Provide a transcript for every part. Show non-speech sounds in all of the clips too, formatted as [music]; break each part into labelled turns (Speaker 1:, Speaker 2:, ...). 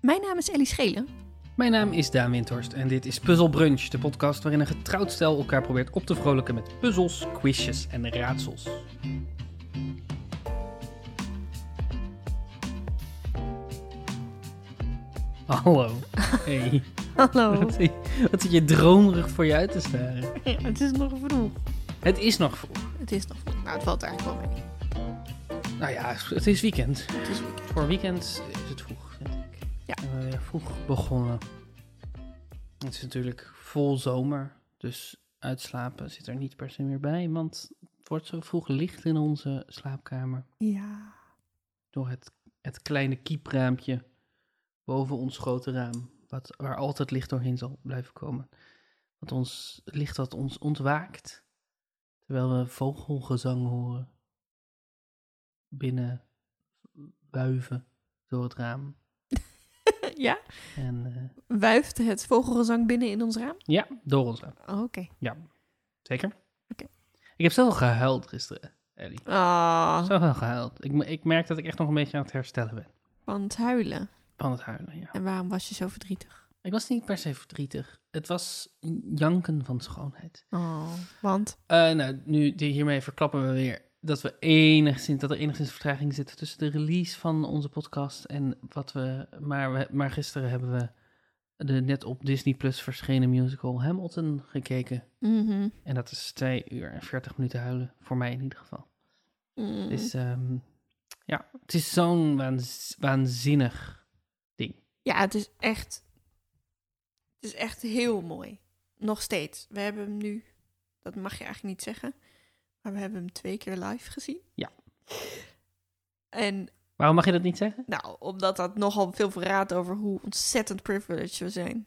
Speaker 1: Mijn naam is Ellie Schelen.
Speaker 2: Mijn naam is Daan Windhorst en dit is Puzzle Brunch, de podcast waarin een getrouwd stel elkaar probeert op te vrolijken met puzzels, quizjes en raadsels. Hallo. Hey.
Speaker 1: Hallo. [laughs]
Speaker 2: Wat, zit- wat zit je dromerig voor je uit te staren?
Speaker 1: het is nog vroeg.
Speaker 2: Het is nog vroeg.
Speaker 1: Het is nog vroeg. Nou, het valt eigenlijk wel mee.
Speaker 2: Nou ja, het is weekend.
Speaker 1: Het is weekend.
Speaker 2: Voor weekend is het vroeg, vind ik.
Speaker 1: Ja.
Speaker 2: En we weer vroeg begonnen. Het is natuurlijk vol zomer, dus uitslapen zit er niet per se meer bij, want het wordt zo vroeg licht in onze slaapkamer
Speaker 1: Ja.
Speaker 2: door het, het kleine kiepraampje boven ons grote raam, wat, waar altijd licht doorheen zal blijven komen. Wat ons, het licht dat ons ontwaakt, terwijl we vogelgezang horen binnen wuiven door het raam.
Speaker 1: ja?
Speaker 2: En eh,
Speaker 1: Wuift het vogelgezang binnen in ons raam?
Speaker 2: ja, door ons raam.
Speaker 1: Oh, Oké.
Speaker 2: Zeker.
Speaker 1: Oké.
Speaker 2: Ik heb zelf gehuild gisteren, Ellie.
Speaker 1: Ah,
Speaker 2: Zelf wel gehuild. Ik, me- ik merk dat ik echt nog een beetje aan het herstellen ben.
Speaker 1: van het huilen.
Speaker 2: Van het huilen, ja.
Speaker 1: En waarom was je zo verdrietig?
Speaker 2: Ik was niet per se verdrietig. Het was janken van schoonheid.
Speaker 1: Oh, want?
Speaker 2: Eh, nou, nu die- hiermee verklappen we weer dat, we enigszins, dat er enigszins vertraging zit tussen de release van onze podcast en wat we... Maar, we, maar gisteren hebben we de net op Disney Plus verschenen musical Hamilton gekeken.
Speaker 1: Mhm.
Speaker 2: En dat is 2 uur en 40 minuten huilen, voor mij in ieder geval.
Speaker 1: Mm.
Speaker 2: Het is, ehm, ja, het is zo'n waanz- waanzinnig ding.
Speaker 1: Ja, het is echt... Het is echt heel mooi. Nog steeds. We hebben hem nu... Dat mag je eigenlijk niet zeggen. Maar we hebben hem twee keer live gezien.
Speaker 2: Ja.
Speaker 1: En
Speaker 2: Waarom mag je dat niet zeggen?
Speaker 1: Nou, omdat dat nogal veel verraadt over hoe ontzettend privileged we zijn.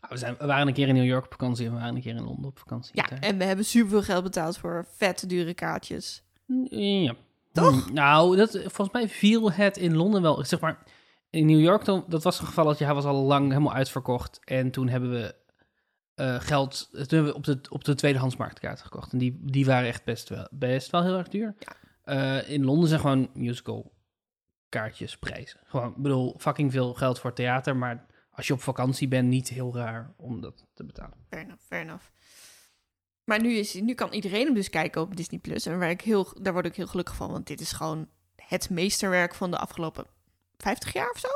Speaker 2: Ah, we, zijn, we waren een keer in New York op vakantie en we waren een keer in Londen op vakantie.
Speaker 1: Ja,
Speaker 2: Daar-
Speaker 1: en we hebben superveel geld betaald voor vette dure kaartjes.
Speaker 2: Ja.
Speaker 1: Toch?
Speaker 2: Hmm, nou, dat, volgens mij viel het in Londen wel. Zeg maar, in New York, dan, dat was het geval dat je, hij was al lang helemaal uitverkocht. En toen hebben we eh, geld, toen hebben we op de, op de tweedehandsmarkt kaarten gekocht. En die, die waren echt best wel, best wel heel erg duur. Eh, in Londen zijn gewoon musical kaartjes prijzen. Gewoon, ik bedoel, fucking veel geld voor theater. Maar als je op vakantie bent, niet heel raar om dat te betalen. [laughs]
Speaker 1: Fair enough, fair enough. Maar nu, is, nu kan iedereen hem dus kijken op Disney+. Plus. En waar ik heel, daar word ik heel gelukkig van, want dit is gewoon het meesterwerk van de afgelopen 50 jaar of zo.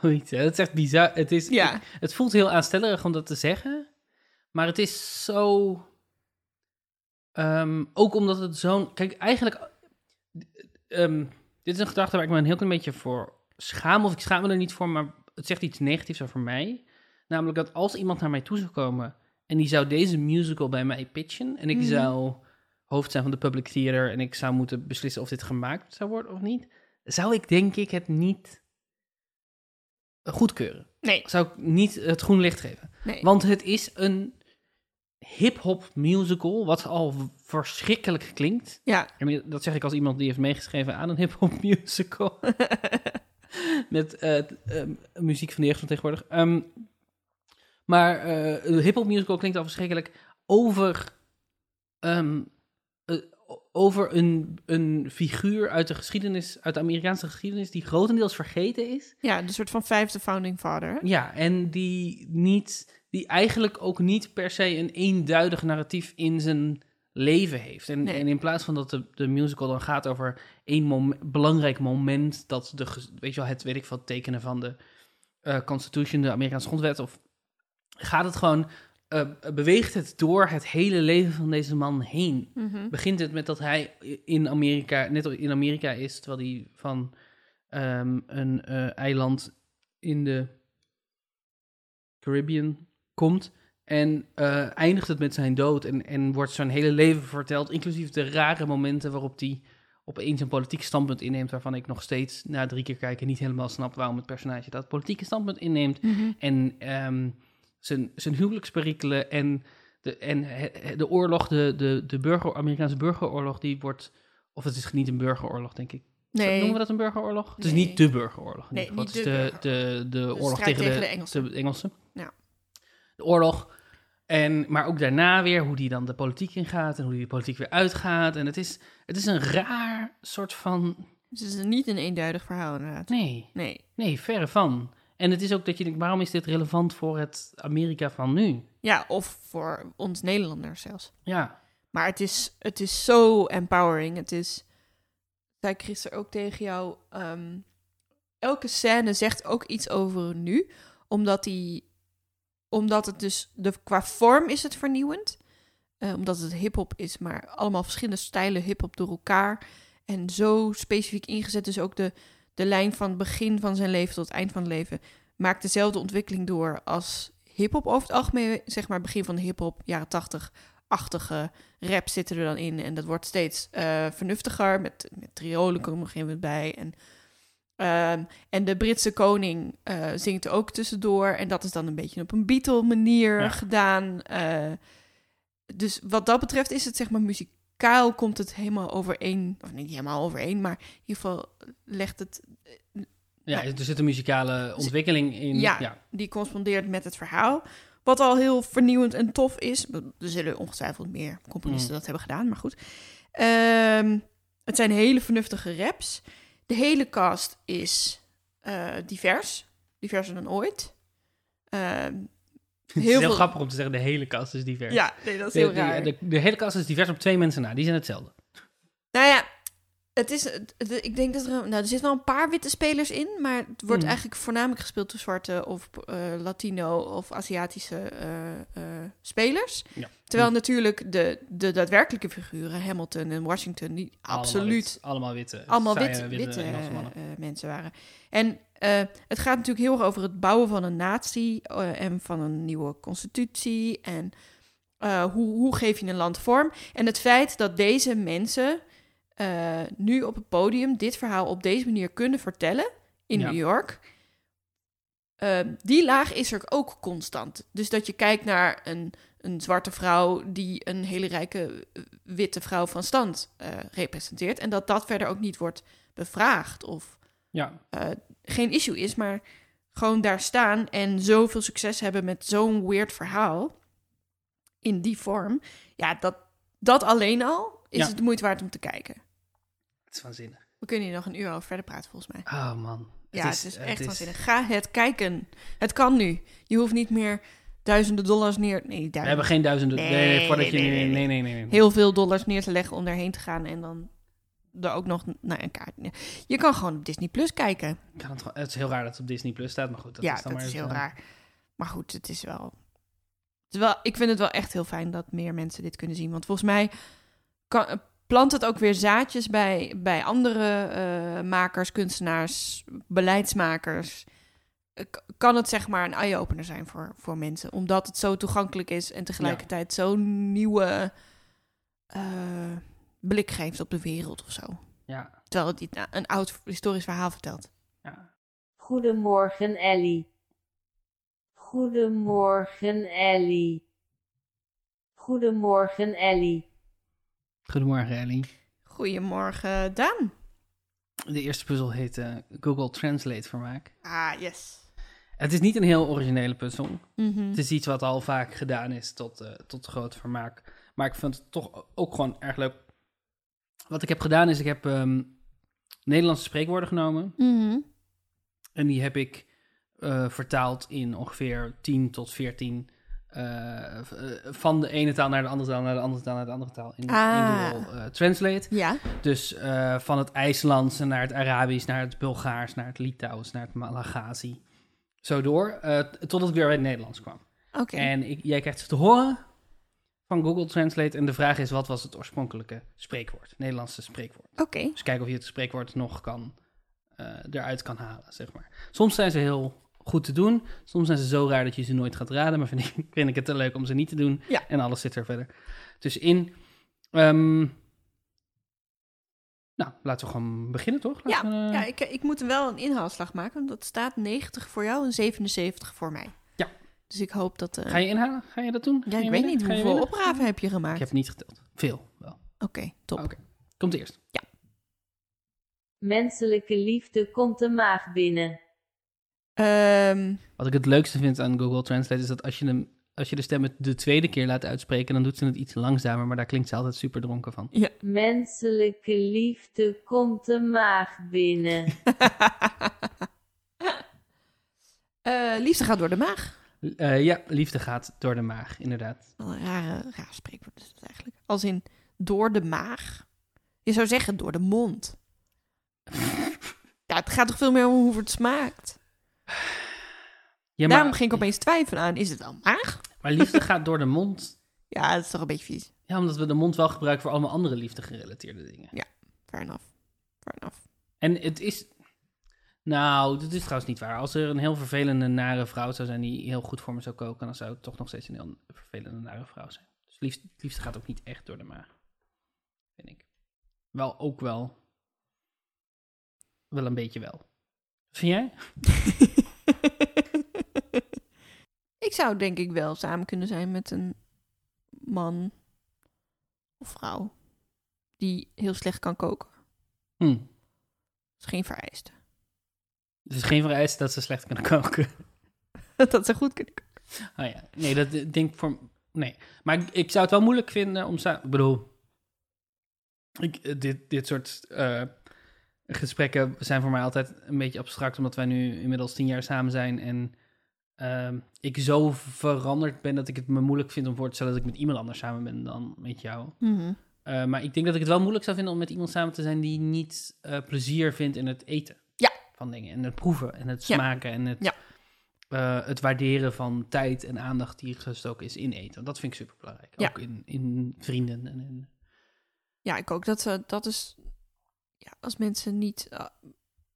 Speaker 2: Zoiets, hè? Dat is echt bizar. Het, is,
Speaker 1: Ja.
Speaker 2: het voelt heel aanstellerig om dat te zeggen. Maar het is zo... ehm, ook omdat het zo'n... Kijk, eigenlijk... ehm, dit is een gedachte waar ik me een heel klein beetje voor schaam. Of ik schaam me er niet voor, maar het zegt iets negatiefs over mij. Namelijk dat als iemand naar mij toe zou komen... en die zou deze musical bij mij pitchen... en ik
Speaker 1: Mhm.
Speaker 2: zou hoofd zijn van de public theater... en ik zou moeten beslissen of dit gemaakt zou worden of niet... zou ik denk ik het niet goedkeuren.
Speaker 1: Nee,
Speaker 2: Zou ik niet het groen licht geven.
Speaker 1: nee.
Speaker 2: Want het is een hip-hop musical, wat al v- verschrikkelijk klinkt.
Speaker 1: Ja,
Speaker 2: Ik bedoel, Dat zeg ik als iemand die heeft meegeschreven aan een hip-hop [laughs] musical. Met eh, t- ehm, muziek van de jeugd van tegenwoordig. Ehm, maar eh, een hip-hop musical klinkt al verschrikkelijk over, ehm, eh, o- over een, een figuur uit de geschiedenis, uit de Amerikaanse geschiedenis, die grotendeels vergeten is.
Speaker 1: ja, een soort van vijfde founding father. hè?
Speaker 2: Ja, en die, niet, die eigenlijk ook niet per se een eenduidig narratief in zijn leven heeft. En,
Speaker 1: Nee.
Speaker 2: en in plaats van dat de, de musical dan gaat over één mom- belangrijk moment dat de, ges- weet je wel, het weet ik veel, tekenen van de eh, Constitution, de Amerikaanse grondwet, of gaat het gewoon, eh, beweegt het door het hele leven van deze man heen
Speaker 1: Mhm.
Speaker 2: begint het met dat hij in Amerika, net in Amerika is, terwijl hij van ehm, een eh, eiland in de Caribbean komt. En eh, eindigt het met zijn dood en, en wordt zijn hele leven verteld, inclusief de rare momenten waarop hij opeens een politiek standpunt inneemt, waarvan ik nog steeds na drie keer kijken niet helemaal snap waarom het personage dat politieke standpunt inneemt.
Speaker 1: Mhm.
Speaker 2: En ehm, zijn, zijn huwelijksperikelen en de, en he- he- de oorlog, de, de, de burger, Amerikaanse burgeroorlog, die wordt. Of het is niet een burgeroorlog, denk ik.
Speaker 1: Nee,
Speaker 2: Noemen we dat een burgeroorlog? Het is
Speaker 1: Nee.
Speaker 2: niet de burgeroorlog. in
Speaker 1: Nee,
Speaker 2: ieder geval.
Speaker 1: niet
Speaker 2: het
Speaker 1: de
Speaker 2: is de, de, de, oorlog
Speaker 1: strijd
Speaker 2: tegen,
Speaker 1: tegen
Speaker 2: de,
Speaker 1: de Engelsen.
Speaker 2: de Engelsen.
Speaker 1: Ja.
Speaker 2: De oorlog. En, maar ook daarna weer hoe die dan de politiek ingaat en hoe die de politiek weer uitgaat. En het is, het is een raar soort van.
Speaker 1: het is niet een eenduidig verhaal inderdaad.
Speaker 2: Nee,
Speaker 1: Nee,
Speaker 2: nee, verre van. En het is ook dat je denkt, waarom is dit relevant voor het Amerika van nu?
Speaker 1: Ja, of voor ons Nederlanders zelfs.
Speaker 2: Ja,
Speaker 1: Maar het is, het is zo empowering. Het is, zei ik gisteren ook tegen jou, ehm, elke scène zegt ook iets over nu. Omdat, die, omdat het dus, de, qua vorm is het vernieuwend. Eh, omdat het hip-hop is, maar allemaal verschillende stijlen hip-hop door elkaar. En zo specifiek ingezet. Dus ook de, de lijn van het begin van zijn leven tot het eind van het leven maakt dezelfde ontwikkeling door als hip-hop over het algemeen. Zeg maar begin van de hip-hop, jaren tachtig-achtige rap zitten er dan in. En dat wordt steeds eh, vernuftiger. Met, met triolen komen er op een gegeven moment bij. En, ehm, en de Britse koning eh, zingt ook tussendoor. En dat is dan een beetje op een Beatle-manier
Speaker 2: Ja.
Speaker 1: gedaan. Eh, dus wat dat betreft is het zeg maar muzikaal komt het helemaal overeen. Of niet helemaal overeen, maar in ieder geval legt het
Speaker 2: ja er zit een muzikale ontwikkeling in.
Speaker 1: Ja. die correspondeert met het verhaal. Wat al heel vernieuwend en tof is. Er zullen ongetwijfeld meer componisten
Speaker 2: Mm.
Speaker 1: dat hebben gedaan, maar goed. Ehm, het zijn hele vernuftige raps. De hele cast is eh, divers. Diverser dan ooit. Ehm,
Speaker 2: [laughs] Het is heel grappig om te zeggen, de hele kast is divers.
Speaker 1: Ja, nee, dat is
Speaker 2: de,
Speaker 1: heel
Speaker 2: de-
Speaker 1: raar.
Speaker 2: De, de hele kast is divers op twee mensen na, die zijn hetzelfde.
Speaker 1: Nou ja, het is, het- het- ik denk dat er, nou, er zitten wel een paar witte spelers in, maar het wordt
Speaker 2: Mhm.
Speaker 1: eigenlijk voornamelijk gespeeld door zwarte of eh, Latino of Aziatische eh, eh, spelers.
Speaker 2: Ja. Hmm.
Speaker 1: Terwijl natuurlijk de, de daadwerkelijke figuren, Hamilton en Washington, die absoluut
Speaker 2: Allemaal witte.
Speaker 1: allemaal
Speaker 2: saaie,
Speaker 1: witte, witte
Speaker 2: Engelse mannen.
Speaker 1: eh, eh, mensen waren. En eh, het gaat natuurlijk heel erg over het bouwen van een natie eh, en van een nieuwe constitutie. En eh, hoe, hoe geef je een land vorm? En het feit dat deze mensen eh, nu op het podium dit verhaal op deze manier kunnen vertellen in
Speaker 2: Ja.
Speaker 1: New York. eh, die laag is er ook constant. Dus dat je kijkt naar een, een zwarte vrouw die een hele rijke eh, witte vrouw van stand eh, representeert. En dat dat verder ook niet wordt bevraagd of
Speaker 2: Ja,
Speaker 1: eh, geen issue is, maar gewoon daar staan en zoveel succes hebben met zo'n weird verhaal in die vorm. Ja, dat, dat alleen al is
Speaker 2: Ja.
Speaker 1: het de moeite waard om te kijken.
Speaker 2: het is waanzinnig.
Speaker 1: We kunnen hier nog een uur over verder praten, volgens mij.
Speaker 2: Ah man.
Speaker 1: Ja, het is, echt
Speaker 2: waanzinnig.
Speaker 1: waanzinnig. Ga het kijken. Het kan nu. Je hoeft niet meer duizenden dollars neer... Nee,
Speaker 2: We
Speaker 1: duizenden.
Speaker 2: hebben geen duizenden... Nee, nee,
Speaker 1: Nee,
Speaker 2: voordat
Speaker 1: nee, nee,
Speaker 2: je... Nee,
Speaker 1: nee.
Speaker 2: nee, nee. nee, nee.
Speaker 1: heel veel dollars neer te leggen om daarheen te gaan en dan er ook nog naar een kaart. Je kan gewoon op Disney Plus kijken.
Speaker 2: Ik kan het, gewoon- het is heel raar dat het op Disney Plus staat, maar goed. Dat
Speaker 1: ja,
Speaker 2: is dan
Speaker 1: dat
Speaker 2: maar
Speaker 1: is
Speaker 2: eens,
Speaker 1: heel
Speaker 2: eh,
Speaker 1: raar. Maar goed, het is wel, het is wel. Ik vind het wel echt heel fijn dat meer mensen dit kunnen zien. Want volgens mij kan, plant het ook weer zaadjes bij, bij andere eh, makers, kunstenaars, beleidsmakers. Eh, k- Kan het zeg maar een eye-opener zijn voor, voor mensen? Omdat het zo toegankelijk is en tegelijkertijd zo'n nieuwe eh, blik geeft op de wereld of zo.
Speaker 2: Ja,
Speaker 1: Terwijl het iets- een oud historisch verhaal vertelt.
Speaker 2: ja.
Speaker 3: Goedemorgen Ellie. Goedemorgen Ellie. Goedemorgen Ellie.
Speaker 2: Goedemorgen, Ellie.
Speaker 1: Goedemorgen, Daan.
Speaker 2: De eerste puzzel heet eh, Google Translate Vermaak.
Speaker 1: Ah, yes.
Speaker 2: Het is niet een heel originele puzzel.
Speaker 1: Mhm.
Speaker 2: Het is iets wat al vaak gedaan is tot, eh, tot groot vermaak. Maar ik vind het toch ook gewoon erg leuk. Wat ik heb gedaan is, ik heb ehm, Nederlandse spreekwoorden genomen.
Speaker 1: Mhm.
Speaker 2: En die heb ik eh, vertaald in ongeveer 10 tot 14. eh, v- eh, van de ene taal naar de andere taal, naar de andere taal, naar de andere taal. In,
Speaker 1: Ah.
Speaker 2: in Google eh, Translate.
Speaker 1: Ja.
Speaker 2: Dus eh, van het IJslandse naar het Arabisch, naar het Bulgaars, naar het Litouws, naar het Malagasi. Zo door, eh, t- totdat ik weer bij het Nederlands kwam.
Speaker 1: Oké.
Speaker 2: En ik, jij krijgt ze te horen van Google Translate. En de vraag is, wat was het oorspronkelijke spreekwoord? Nederlandse spreekwoord.
Speaker 1: Oké.
Speaker 2: Dus kijk of je het spreekwoord nog kan, eh, eruit kan halen, zeg maar. Soms zijn ze heel goed te doen. Soms zijn ze zo raar dat je ze nooit gaat raden. Maar vind ik, [laughs] vind ik het te leuk om ze niet te doen.
Speaker 1: Ja.
Speaker 2: En alles zit er verder tussenin. Ehm nou, laten we gewoon beginnen, toch? Laten we, eh,
Speaker 1: Ja, ik, ik moet wel een inhaalslag maken. want Dat staat 90 voor jou en 77 voor mij.
Speaker 2: Ja.
Speaker 1: Dus ik hoop dat... eh,
Speaker 2: Ga je inhalen? Ga je dat doen? Ga
Speaker 1: ja,
Speaker 2: je
Speaker 1: ik weet
Speaker 2: winnen?
Speaker 1: niet,
Speaker 2: Ga je
Speaker 1: hoeveel
Speaker 2: winnen?
Speaker 1: opgaven heb je
Speaker 2: Ik
Speaker 1: gemaakt?
Speaker 2: heb niet geteld. Veel, wel.
Speaker 1: Oké, top.
Speaker 2: Oké. Komt eerst.
Speaker 3: Menselijke liefde komt de maag binnen.
Speaker 1: Ehm, [laughs]
Speaker 2: Wat ik het leukste vind aan Google Translate is dat als je, hem, als je de stem het de tweede keer laat uitspreken, dan doet ze het iets langzamer, maar daar klinkt ze altijd super dronken van.
Speaker 3: Menselijke liefde komt de maag binnen.
Speaker 1: Eh, liefde gaat door de maag.
Speaker 2: Eh, ja, liefde gaat door de maag, inderdaad.
Speaker 1: Wel een rare, raar spreekwoord is dat eigenlijk. Als in door de maag. Je zou zeggen door de mond.
Speaker 2: [laughs]
Speaker 1: Ja, het gaat toch veel meer om hoe het smaakt.
Speaker 2: Ja, maar,
Speaker 1: Daarom ging ik opeens twijfelen aan, is het dan maag?
Speaker 2: [laughs] maar liefde gaat door de mond.
Speaker 1: Ja, dat is toch een beetje vies.
Speaker 2: Ja, omdat we de mond wel gebruiken voor allemaal andere liefde gerelateerde dingen.
Speaker 1: Fair enough. Fair enough.
Speaker 2: [laughs] En het is... Nou, dat is trouwens niet waar. Als er een heel vervelende, nare vrouw zou zijn die heel goed voor me zou koken, dan zou het toch nog steeds een heel vervelende, nare vrouw zijn. Dus liefst, liefde gaat ook niet echt door de maag. Vind ik. Wel, ook wel. Wel een beetje wel. Vind jij?
Speaker 1: ik zou denk ik wel samen kunnen zijn met een man of vrouw die heel slecht kan koken.
Speaker 2: Hm.
Speaker 1: Dat is geen vereiste. [laughs]
Speaker 2: Het is geen vereiste dat ze slecht kunnen koken.
Speaker 1: dat ze goed kunnen koken.
Speaker 2: Oh ja, nee, dat eh, denk ik voor... Nee, maar ik, ik zou het wel moeilijk vinden om... sa- Ik bedoel, ik, eh, dit, dit soort eh, gesprekken zijn voor mij altijd een beetje abstract... omdat wij nu inmiddels tien jaar samen zijn en ehm, ik zo veranderd ben... dat ik het me moeilijk vind om voor te stellen dat ik met iemand anders samen ben dan met jou. Eh, maar ik denk dat ik het wel moeilijk zou vinden om met iemand samen te zijn... die niet eh, plezier vindt in het eten
Speaker 1: Ja.
Speaker 2: van dingen. En het proeven en het
Speaker 1: Ja.
Speaker 2: smaken en het,
Speaker 1: Ja.
Speaker 2: eh, het waarderen van tijd en aandacht die gestoken is in eten. Dat vind ik super belangrijk.
Speaker 1: Ja.
Speaker 2: Ook in, in vrienden. En in...
Speaker 1: Ja, ik ook. Dat, ze- dat is... Ja, als mensen niet... eh,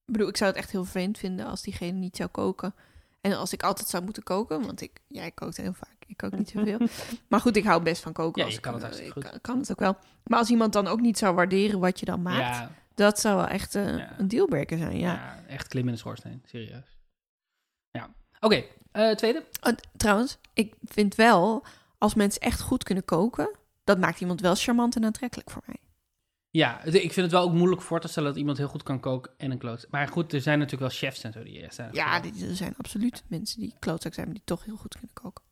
Speaker 1: ik bedoel, ik zou het echt heel vervelend vinden als diegene niet zou koken. En als ik altijd zou moeten koken, want ik, jij kookt heel vaak. Ik kook niet
Speaker 2: [laughs]
Speaker 1: zoveel. maar goed, ik hou best van koken.
Speaker 2: Ja,
Speaker 1: als
Speaker 2: je
Speaker 1: ik-
Speaker 2: kan het
Speaker 1: eh,
Speaker 2: hartstikke
Speaker 1: ik
Speaker 2: goed.
Speaker 1: kan- kan het ook wel. Maar als iemand dan ook niet zou waarderen wat je dan maakt...
Speaker 2: Ja,
Speaker 1: Dat zou wel echt eh,
Speaker 2: Ja.
Speaker 1: een dealbreaker zijn, ja.
Speaker 2: ja, echt klimmen in de schoorsteen. Serieus. Ja. Oké, eh, tweede.
Speaker 1: En trouwens, ik vind wel, als mensen echt goed kunnen koken... dat maakt iemand wel charmant en aantrekkelijk voor mij.
Speaker 2: Ja, het- ik vind het wel ook moeilijk voor te stellen dat iemand heel goed kan koken en een kloot. Maar goed, er zijn natuurlijk wel chefs en zo die echt zijn.
Speaker 1: Ja, die- er zijn absoluut mensen die klootzak zijn... maar die toch heel goed kunnen koken.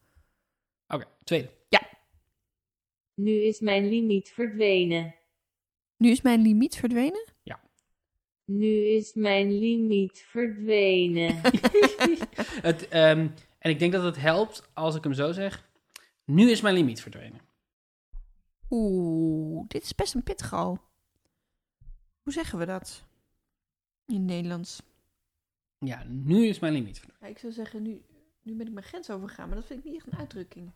Speaker 2: Oké, tweede.
Speaker 3: Nu is mijn limiet verdwenen.
Speaker 1: Nu is mijn limiet verdwenen.
Speaker 3: Nu is mijn limiet verdwenen.
Speaker 2: Het, ehm, en ik denk dat het helpt als ik hem zo zeg. Nu is mijn limiet verdwenen.
Speaker 1: Oeh, dit is best een pittig al. Hoe zeggen we dat? In het Nederlands.
Speaker 2: Ja, nu is mijn limiet verdwenen.
Speaker 1: Ja, ik zou zeggen, nu, nu ben ik mijn grens overgegaan... maar dat vind ik niet echt een uitdrukking.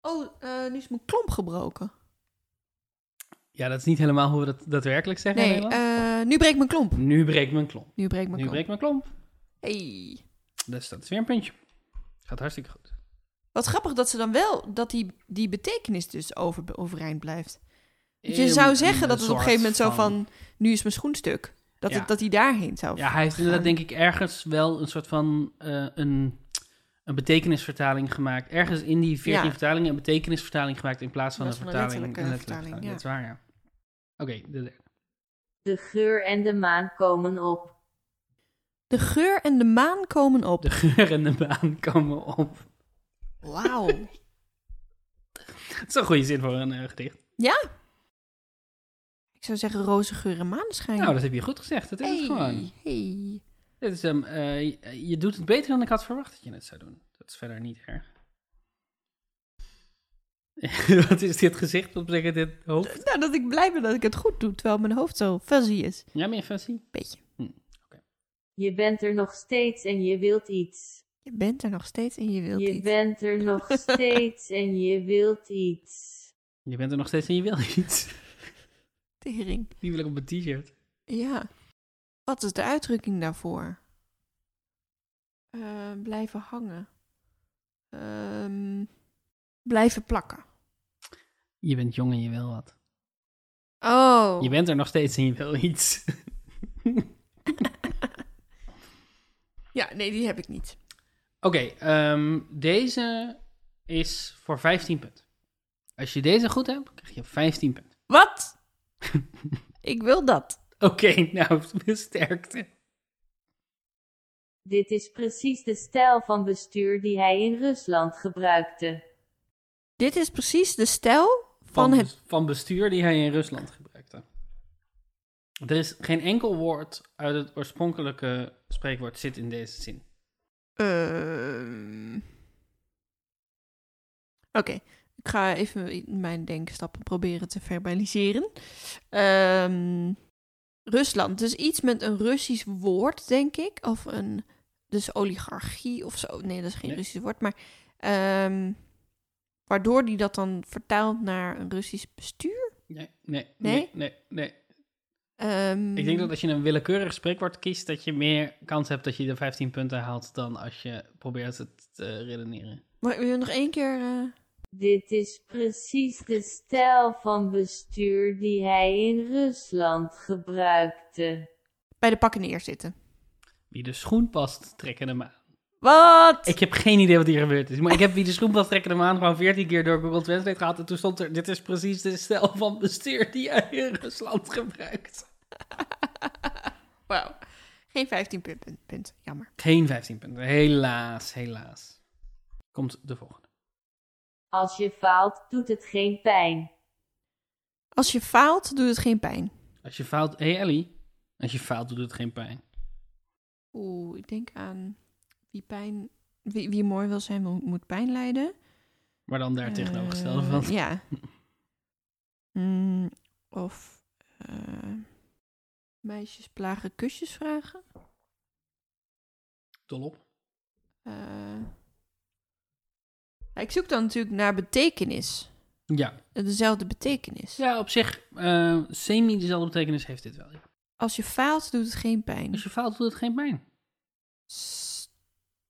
Speaker 1: Oh, eh, nu is mijn klomp gebroken.
Speaker 2: Ja, dat is niet helemaal hoe we dat daadwerkelijk zeggen in
Speaker 1: Nee,
Speaker 2: Nederland.
Speaker 1: eh, nu breekt mijn klomp.
Speaker 2: Nu breekt mijn klomp.
Speaker 1: Nu breekt mijn
Speaker 2: nu
Speaker 1: klomp.
Speaker 2: breekt mijn klomp.
Speaker 1: Hey.
Speaker 2: Dus dat is weer een puntje. Gaat hartstikke goed.
Speaker 1: Wat grappig dat ze dan wel, dat die, die betekenis dus over, overeind blijft. Want je
Speaker 2: Een-
Speaker 1: zou zeggen
Speaker 2: Ehm, een
Speaker 1: dat het op een
Speaker 2: soort
Speaker 1: gegeven moment zo van, nu is mijn schoen stuk. Dat,
Speaker 2: Ja.
Speaker 1: het, dat hij daarheen zou.
Speaker 2: Ja, hij heeft inderdaad denk ik ergens wel een soort van eh, een, een betekenisvertaling gemaakt. Ergens in die 14
Speaker 1: Ja.
Speaker 2: vertalingen een betekenisvertaling gemaakt in plaats van
Speaker 1: In
Speaker 2: een
Speaker 1: plaats van een
Speaker 2: vertaling.
Speaker 1: letterlijke
Speaker 2: letterlijke
Speaker 1: vertaling,
Speaker 2: Dat is waar, ja. Oké, de derde.
Speaker 3: De geur en de maan komen op.
Speaker 1: De geur en de maan komen op.
Speaker 2: de [laughs] geur en de baan komen op.
Speaker 1: Wauw.
Speaker 2: [laughs] Dat is een goede zin voor een eh, gedicht.
Speaker 1: ik zou zeggen roze geur en maneschijn.
Speaker 2: Nou, dat heb je goed gezegd. Dat is het
Speaker 1: Hey,
Speaker 2: gewoon.
Speaker 1: hey.
Speaker 2: Dit is, ehm, eh, je- je doet het beter dan ik had verwacht dat je het zou doen. Dat is verder niet erg. [laughs] Wat is dit gezicht? Wat betekent dit hoofd?
Speaker 1: Nou, dat ik blij ben dat ik het goed doe, terwijl mijn hoofd zo fuzzy is.
Speaker 2: Ja, meer fancy.
Speaker 1: Beetje.
Speaker 3: Je bent er nog steeds en je wilt iets.
Speaker 1: Je bent er nog steeds en je wilt
Speaker 3: Je
Speaker 1: iets.
Speaker 3: bent er
Speaker 1: [laughs]
Speaker 3: nog steeds en je wilt iets.
Speaker 2: Je bent er nog steeds en je wil iets. [laughs]
Speaker 1: Tering.
Speaker 2: Die wil ik op mijn t-shirt.
Speaker 1: Ja. Wat is de uitdrukking daarvoor? Eh, blijven hangen. Ehm, blijven plakken.
Speaker 2: Je bent jong en je wil wat.
Speaker 1: Oh.
Speaker 2: Je bent er nog steeds en je wil iets. [laughs]
Speaker 1: Ja, nee, die heb ik niet.
Speaker 2: Oké, ehm, deze is voor 15 punten. Als je deze goed hebt, krijg je 15 punten.
Speaker 1: Wat?
Speaker 2: [laughs]
Speaker 1: ik wil dat.
Speaker 2: Oké, [laughs] nou, sterkte.
Speaker 3: Dit is precies de stijl van bestuur die hij in Rusland gebruikte.
Speaker 1: Dit is precies de stijl van, het...
Speaker 2: bes- van bestuur die hij in Rusland gebruikte. Er is geen enkel woord uit het oorspronkelijke spreekwoord zit in deze zin.
Speaker 1: Ehm. Oké, ik ga even mijn denkstappen proberen te verbaliseren. Ehm, Rusland, dus iets met een Russisch woord, denk ik. Of een, dus oligarchie of zo. Nee, dat is geen
Speaker 2: Nee.
Speaker 1: Russisch woord, maar... ehm, waardoor die dat dan vertaalt naar een Russisch bestuur?
Speaker 2: Nee, nee,
Speaker 1: Nee?
Speaker 2: nee, nee. nee.
Speaker 1: Ehm,
Speaker 2: Ik denk dat als je een willekeurig spreekwoord kiest, dat je meer kans hebt dat je de 15 punten haalt dan als je probeert het te redeneren.
Speaker 1: Maar wil je nog één keer... eh,
Speaker 3: Dit is precies de stijl van bestuur die hij in Rusland gebruikte.
Speaker 1: bij de pakken neer zitten.
Speaker 2: Wie de schoen past, trekken hem aan.
Speaker 1: Wat?
Speaker 2: Ik heb geen idee wat hier gebeurd is, maar ik heb wie de schoen past, trekken hem aan gewoon 14 keer door Google Translate gehad. En toen stond er, dit is precies de stijl van bestuur die jij in Rusland gebruikt.
Speaker 1: Wauw. Geen 15 punt, punt, punt. Jammer.
Speaker 2: Geen 15 punten, helaas, helaas. Komt de volgende.
Speaker 3: Als je faalt, doet het geen pijn.
Speaker 1: Als je faalt, doet het geen pijn.
Speaker 2: Als je faalt, hey Ellie, als je faalt doet het geen pijn.
Speaker 1: Oeh, ik denk aan wie pijn... Wie, wie mooi wil zijn, mo- moet pijn lijden.
Speaker 2: Maar dan daar tegenovergestelde
Speaker 1: Eh,
Speaker 2: van. [laughs]
Speaker 1: Ja. Mm, of... eh, meisjes plagen kusjes vragen.
Speaker 2: Dol op.
Speaker 1: Eh, ik zoek dan natuurlijk naar betekenis. Eh,
Speaker 2: Ja,
Speaker 1: Dezelfde betekenis.
Speaker 2: Ja, op zich, eh, semi dezelfde betekenis heeft dit wel. ja.
Speaker 1: Als je faalt, doet het geen pijn.
Speaker 2: Als je faalt, doet het geen pijn. [laughs]
Speaker 1: S-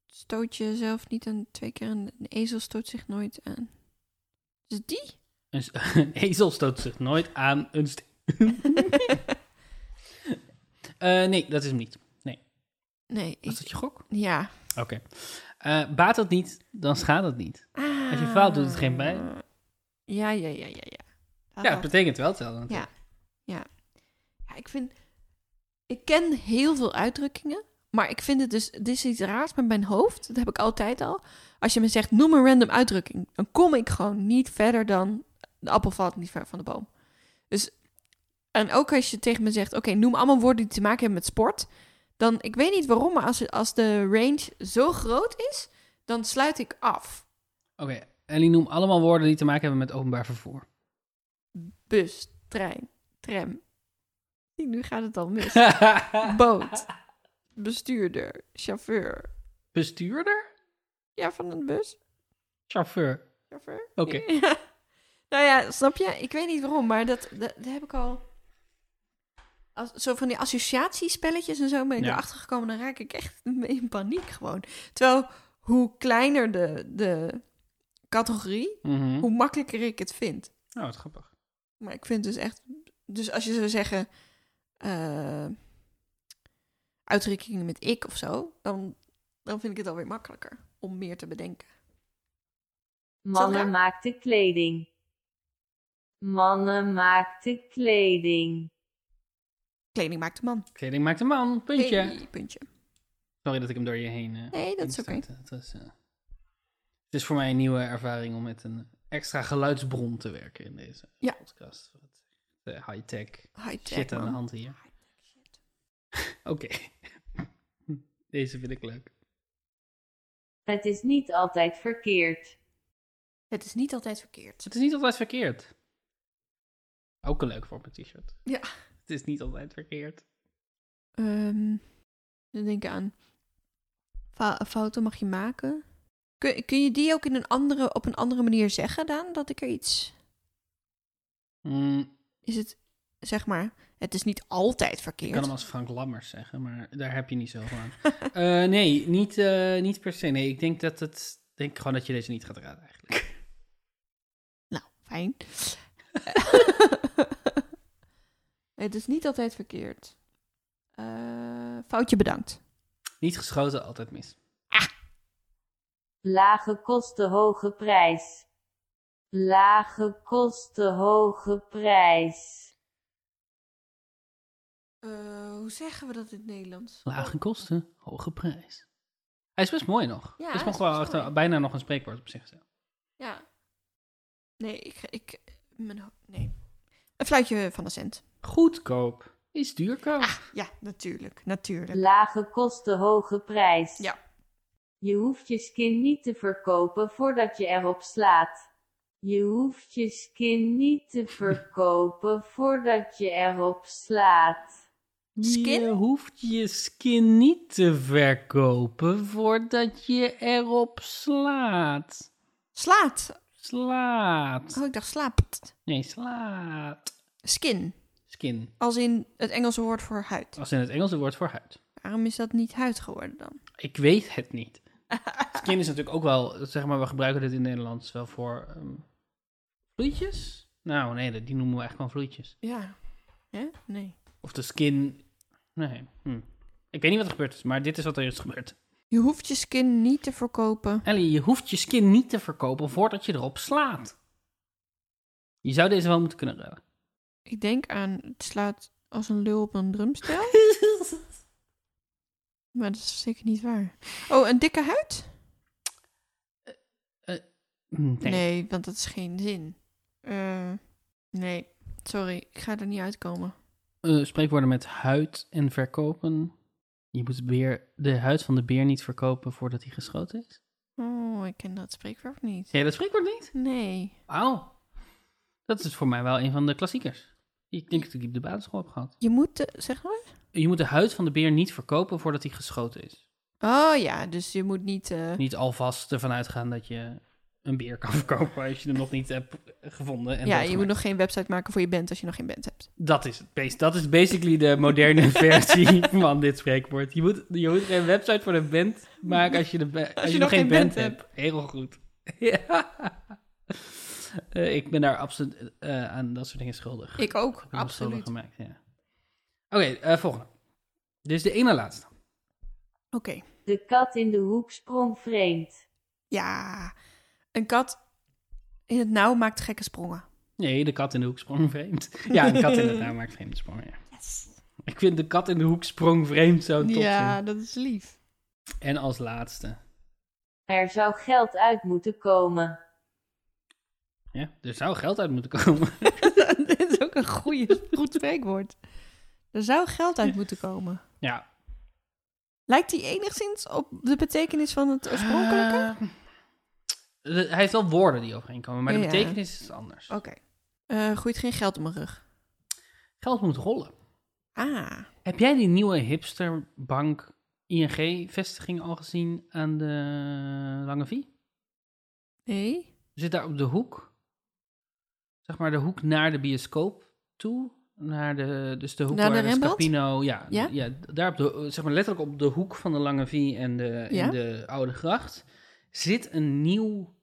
Speaker 1: Stoot jezelf niet aan twee keer. Een, een ezel stoot zich nooit aan. Dus die?
Speaker 2: Een, s- een ezel stoot zich nooit aan een steen. Eh, nee, dat is hem niet.
Speaker 1: [laughs] nee,
Speaker 2: Was
Speaker 1: ik,
Speaker 2: dat je gok?
Speaker 1: ja.
Speaker 2: Oké. Eh, baat het niet, dan schaadt het niet. Als je faalt, doet het geen pijn.
Speaker 1: Ah. Ja, ja, ja, ja. Ja, Ah,
Speaker 2: Ja, het betekent wel hetzelfde natuurlijk.
Speaker 1: ja, ik vind... Ik ken heel veel uitdrukkingen. Maar ik vind het dus... Dit is iets raars met mijn hoofd. Dat heb ik altijd al. Als je me zegt, noem een random uitdrukking. Dan kom ik gewoon niet verder dan... De appel valt niet ver van de boom. Dus... En ook als je tegen me zegt, oké, noem allemaal woorden die te maken hebben met sport. Dan, ik weet niet waarom, maar als, als de range zo groot is, dan sluit ik af.
Speaker 2: Oké, Ellie, noem allemaal woorden die te maken hebben met openbaar vervoer.
Speaker 1: [laughs] Bus, trein, tram. Zie, Nu gaat het al [laughs] mis. Boot. [laughs] Bestuurder. Chauffeur.
Speaker 2: Bestuurder?
Speaker 1: Ja, van een bus.
Speaker 2: Chauffeur.
Speaker 1: Chauffeur.
Speaker 2: Oké.
Speaker 1: Ja. [laughs] Nou ja, snap je? Ik weet niet waarom, maar dat, dat, dat heb ik al. Als, zo van die associatiespelletjes en zo ben ik
Speaker 2: Ja.
Speaker 1: erachter gekomen. Dan raak ik echt [laughs] in paniek gewoon. Terwijl hoe kleiner de, de categorie,
Speaker 2: Mhm.
Speaker 1: hoe makkelijker ik het vind.
Speaker 2: Oh, wat grappig.
Speaker 1: Maar ik vind dus echt. Dus als je zou zeggen. eh, uitdrukkingen met ik of zo. Dan, dan vind ik het alweer makkelijker om meer te bedenken.
Speaker 3: Mannen
Speaker 1: raar?
Speaker 3: maakten kleding. Mannen maakten kleding.
Speaker 1: Kleding maakt de man.
Speaker 2: Kleding maakt een man, puntje.
Speaker 1: Hey, puntje.
Speaker 2: Sorry dat ik hem door je heen. eh,
Speaker 1: Nee, dat is oké.
Speaker 2: heen stoot. Het, was, eh, het is voor mij een nieuwe ervaring om met een extra geluidsbron te werken in deze
Speaker 1: Ja.
Speaker 2: podcast. Wat, eh, high-tech
Speaker 1: High tech.
Speaker 2: shit aan de
Speaker 1: man.
Speaker 2: hand hier.
Speaker 1: High-tech shit.
Speaker 2: Oké. [laughs] deze vind ik leuk.
Speaker 3: Het is niet altijd verkeerd.
Speaker 1: Het is niet altijd verkeerd.
Speaker 2: Het is niet altijd verkeerd. Ook een leuk voor mijn t-shirt.
Speaker 1: Ja.
Speaker 2: Het is niet altijd verkeerd.
Speaker 1: Ehm, dan denk ik aan. fa- fouten mag je maken. Kun, kun je die ook in een andere, op een andere manier zeggen dan? Dat ik er iets.
Speaker 2: Mm,
Speaker 1: Is het zeg maar. Het is niet altijd verkeerd.
Speaker 2: ik kan hem als Frank Lammers zeggen, maar daar heb je niet zoveel aan. [laughs] Eh, nee, niet, eh, niet per se. Nee, ik denk dat het. Ik denk gewoon dat je deze niet gaat raden eigenlijk.
Speaker 1: [laughs] Nou, [laughs] fijn. het is niet altijd verkeerd. Eh, foutje bedankt.
Speaker 2: Niet geschoten, altijd mis.
Speaker 3: Lage kosten, hoge prijs. Lage kosten, hoge prijs.
Speaker 1: Eh, hoe zeggen we dat in het Nederlands?
Speaker 2: Lage kosten, hoge prijs. Hij is best mooi nog.
Speaker 1: Ja,
Speaker 2: Het is
Speaker 1: hij
Speaker 2: nog
Speaker 1: is
Speaker 2: wel
Speaker 1: best
Speaker 2: echt,
Speaker 1: mooi.
Speaker 2: bijna nog een spreekwoord op zich.
Speaker 1: Ja. Nee, ik... ik mijn, ho- nee. Een fluitje van de cent.
Speaker 2: Goedkoop is
Speaker 1: Ah.
Speaker 2: duurkoop.
Speaker 1: Ja, natuurlijk. Natuurlijk.
Speaker 3: Lage kosten, hoge prijs.
Speaker 1: Ja.
Speaker 3: Je hoeft je skin niet te verkopen voordat je erop slaat. Je hoeft je skin niet te verkopen voordat je erop slaat.
Speaker 1: Skin?
Speaker 2: Je hoeft je skin niet te verkopen voordat je erop slaat.
Speaker 1: Slaat.
Speaker 2: Slaat.
Speaker 1: Oh, ik dacht slaapt.
Speaker 2: Nee, slaat.
Speaker 1: Skin.
Speaker 2: Skin.
Speaker 1: Als in het Engelse woord voor huid.
Speaker 2: Als in het Engelse woord voor huid.
Speaker 1: Waarom is dat niet huid geworden dan?
Speaker 2: Ik weet het niet. Skin is natuurlijk ook wel, zeg maar, we gebruiken dit in Nederlands wel voor ehm, vloeitjes. Nou, nee, dat- die noemen we eigenlijk gewoon vloeitjes.
Speaker 1: Ja. Hè? Nee.
Speaker 2: Of de skin. Nee. hm. Ik weet niet wat er gebeurd is, maar dit is wat er is gebeurd.
Speaker 1: Je hoeft je skin niet te verkopen.
Speaker 2: Ellie, je hoeft je skin niet te verkopen voordat je erop slaat. Je zou deze wel moeten kunnen redden.
Speaker 1: Ik denk aan het slaat als een lul op een [laughs] drumstel. maar dat is zeker niet waar. Oh, een dikke huid?
Speaker 2: Hm,
Speaker 1: Nee, want dat is geen zin. Eh, nee, sorry. Ik ga er niet uitkomen.
Speaker 2: Eh, spreekwoorden met huid en verkopen. Je moet beer, de huid van de beer niet verkopen voordat hij geschoten is.
Speaker 1: Oh, ik ken dat spreekwoord niet.
Speaker 2: Ken je dat spreekwoord niet?
Speaker 1: Nee.
Speaker 2: Wauw. Dat is voor mij wel een van de klassiekers. Ik denk dat ik die op de basisschool heb gehad.
Speaker 1: Je moet, de, zeg maar.
Speaker 2: Je moet de huid van de beer niet verkopen voordat hij geschoten is.
Speaker 1: Oh ja, dus je moet niet. eh,
Speaker 2: niet alvast ervan uitgaan dat je een beer kan [laughs] verkopen als je hem nog niet hebt gevonden. En
Speaker 1: ja, je
Speaker 2: doodgemaakt.
Speaker 1: moet nog geen website maken voor je band als je nog geen band hebt.
Speaker 2: Dat is het. bas- Dat is basically de [laughs] moderne versie van dit spreekwoord. Je moet, je moet geen website voor een band maken als je, de ba- als je, nog geen band, hebt. Heel goed. [laughs] Ja. Eh, ik ben daar absoluut eh, aan dat soort dingen schuldig.
Speaker 1: Ik ook,
Speaker 2: heb me
Speaker 1: absoluut.
Speaker 2: schuldig
Speaker 1: Oké.
Speaker 2: Gemaakt, ja. Oké, eh, volgende. Dit is de ene laatste.
Speaker 3: De kat in de hoek sprong vreemd.
Speaker 1: Ja, een kat in het nauw maakt gekke sprongen.
Speaker 2: Nee, de kat in de hoek sprong vreemd. [laughs] Ja, een kat in het raam maakt vreemd sprong, ja. Ik vind de kat in de hoek sprong vreemd zo'n topzin.
Speaker 1: Ja, dat is lief. [laughs]
Speaker 2: En als laatste.
Speaker 3: Er zou geld uit moeten komen.
Speaker 2: Ja, er zou geld uit moeten komen. [laughs]
Speaker 1: Dit is ook een goeie, goed spreekwoord. Er zou geld uit moeten komen.
Speaker 2: ja.
Speaker 1: Lijkt die enigszins op de betekenis van het oorspronkelijke?
Speaker 2: Eh, de- hij heeft wel woorden die overheen komen, maar de
Speaker 1: Ja.
Speaker 2: betekenis is anders.
Speaker 1: Oké. Eh, groeit geen geld om mijn rug.
Speaker 2: Geld moet rollen.
Speaker 1: Ah,
Speaker 2: Heb jij die nieuwe hipsterbank ING-vestiging al gezien aan de Lange Vie?
Speaker 1: nee.
Speaker 2: Zit daar op de hoek, zeg maar de hoek naar de bioscoop toe, naar de, dus de hoek
Speaker 1: Naar de
Speaker 2: waar
Speaker 1: Rembrandt?
Speaker 2: Scapino, ja,
Speaker 1: Ja?
Speaker 2: d- ja, daar op de, zeg maar letterlijk op de hoek van de Lange Vie en de,
Speaker 1: Ja?
Speaker 2: en de Oude Gracht, zit een nieuw,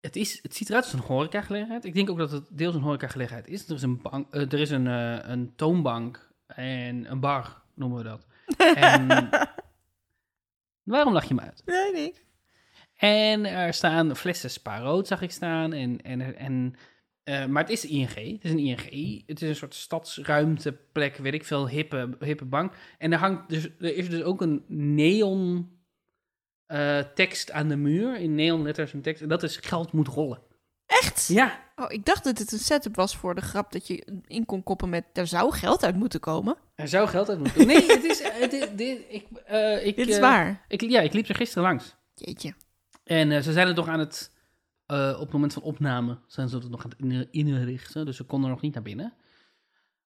Speaker 2: het, is, het ziet eruit als een horecagelegenheid. Ik denk ook dat het deels een horecagelegenheid is. Er is een, bank, eh, er is een, eh, een toonbank en een bar, noemen we
Speaker 1: [laughs]
Speaker 2: dat. En, waarom lach je me uit?
Speaker 1: Nee, niks.
Speaker 2: En er staan flessen Spa rood zag ik staan. En, en, en, eh, maar het is ING. Het is een ING. Het is een soort stadsruimteplek, weet ik veel, hippe, hippe bank. En er, hangt dus, er is dus ook een neon eh, tekst aan de muur. In neonletters een tekst. En dat is geld moet rollen.
Speaker 1: Echt?
Speaker 2: Ja.
Speaker 1: Oh, ik dacht dat het een setup was voor de grap dat je in kon koppen met... Er zou geld uit moeten komen.
Speaker 2: Er zou geld uit moeten komen. Nee, het is... Het, is- dit, ik, eh, ik,
Speaker 1: Dit is
Speaker 2: eh,
Speaker 1: waar.
Speaker 2: Ik, ja, ik liep er gisteren langs.
Speaker 1: Jeetje.
Speaker 2: En eh, ze zijn er toch aan het, eh, op het moment van opname, zijn ze het nog aan het in- inrichten. Dus ze konden er nog niet naar binnen.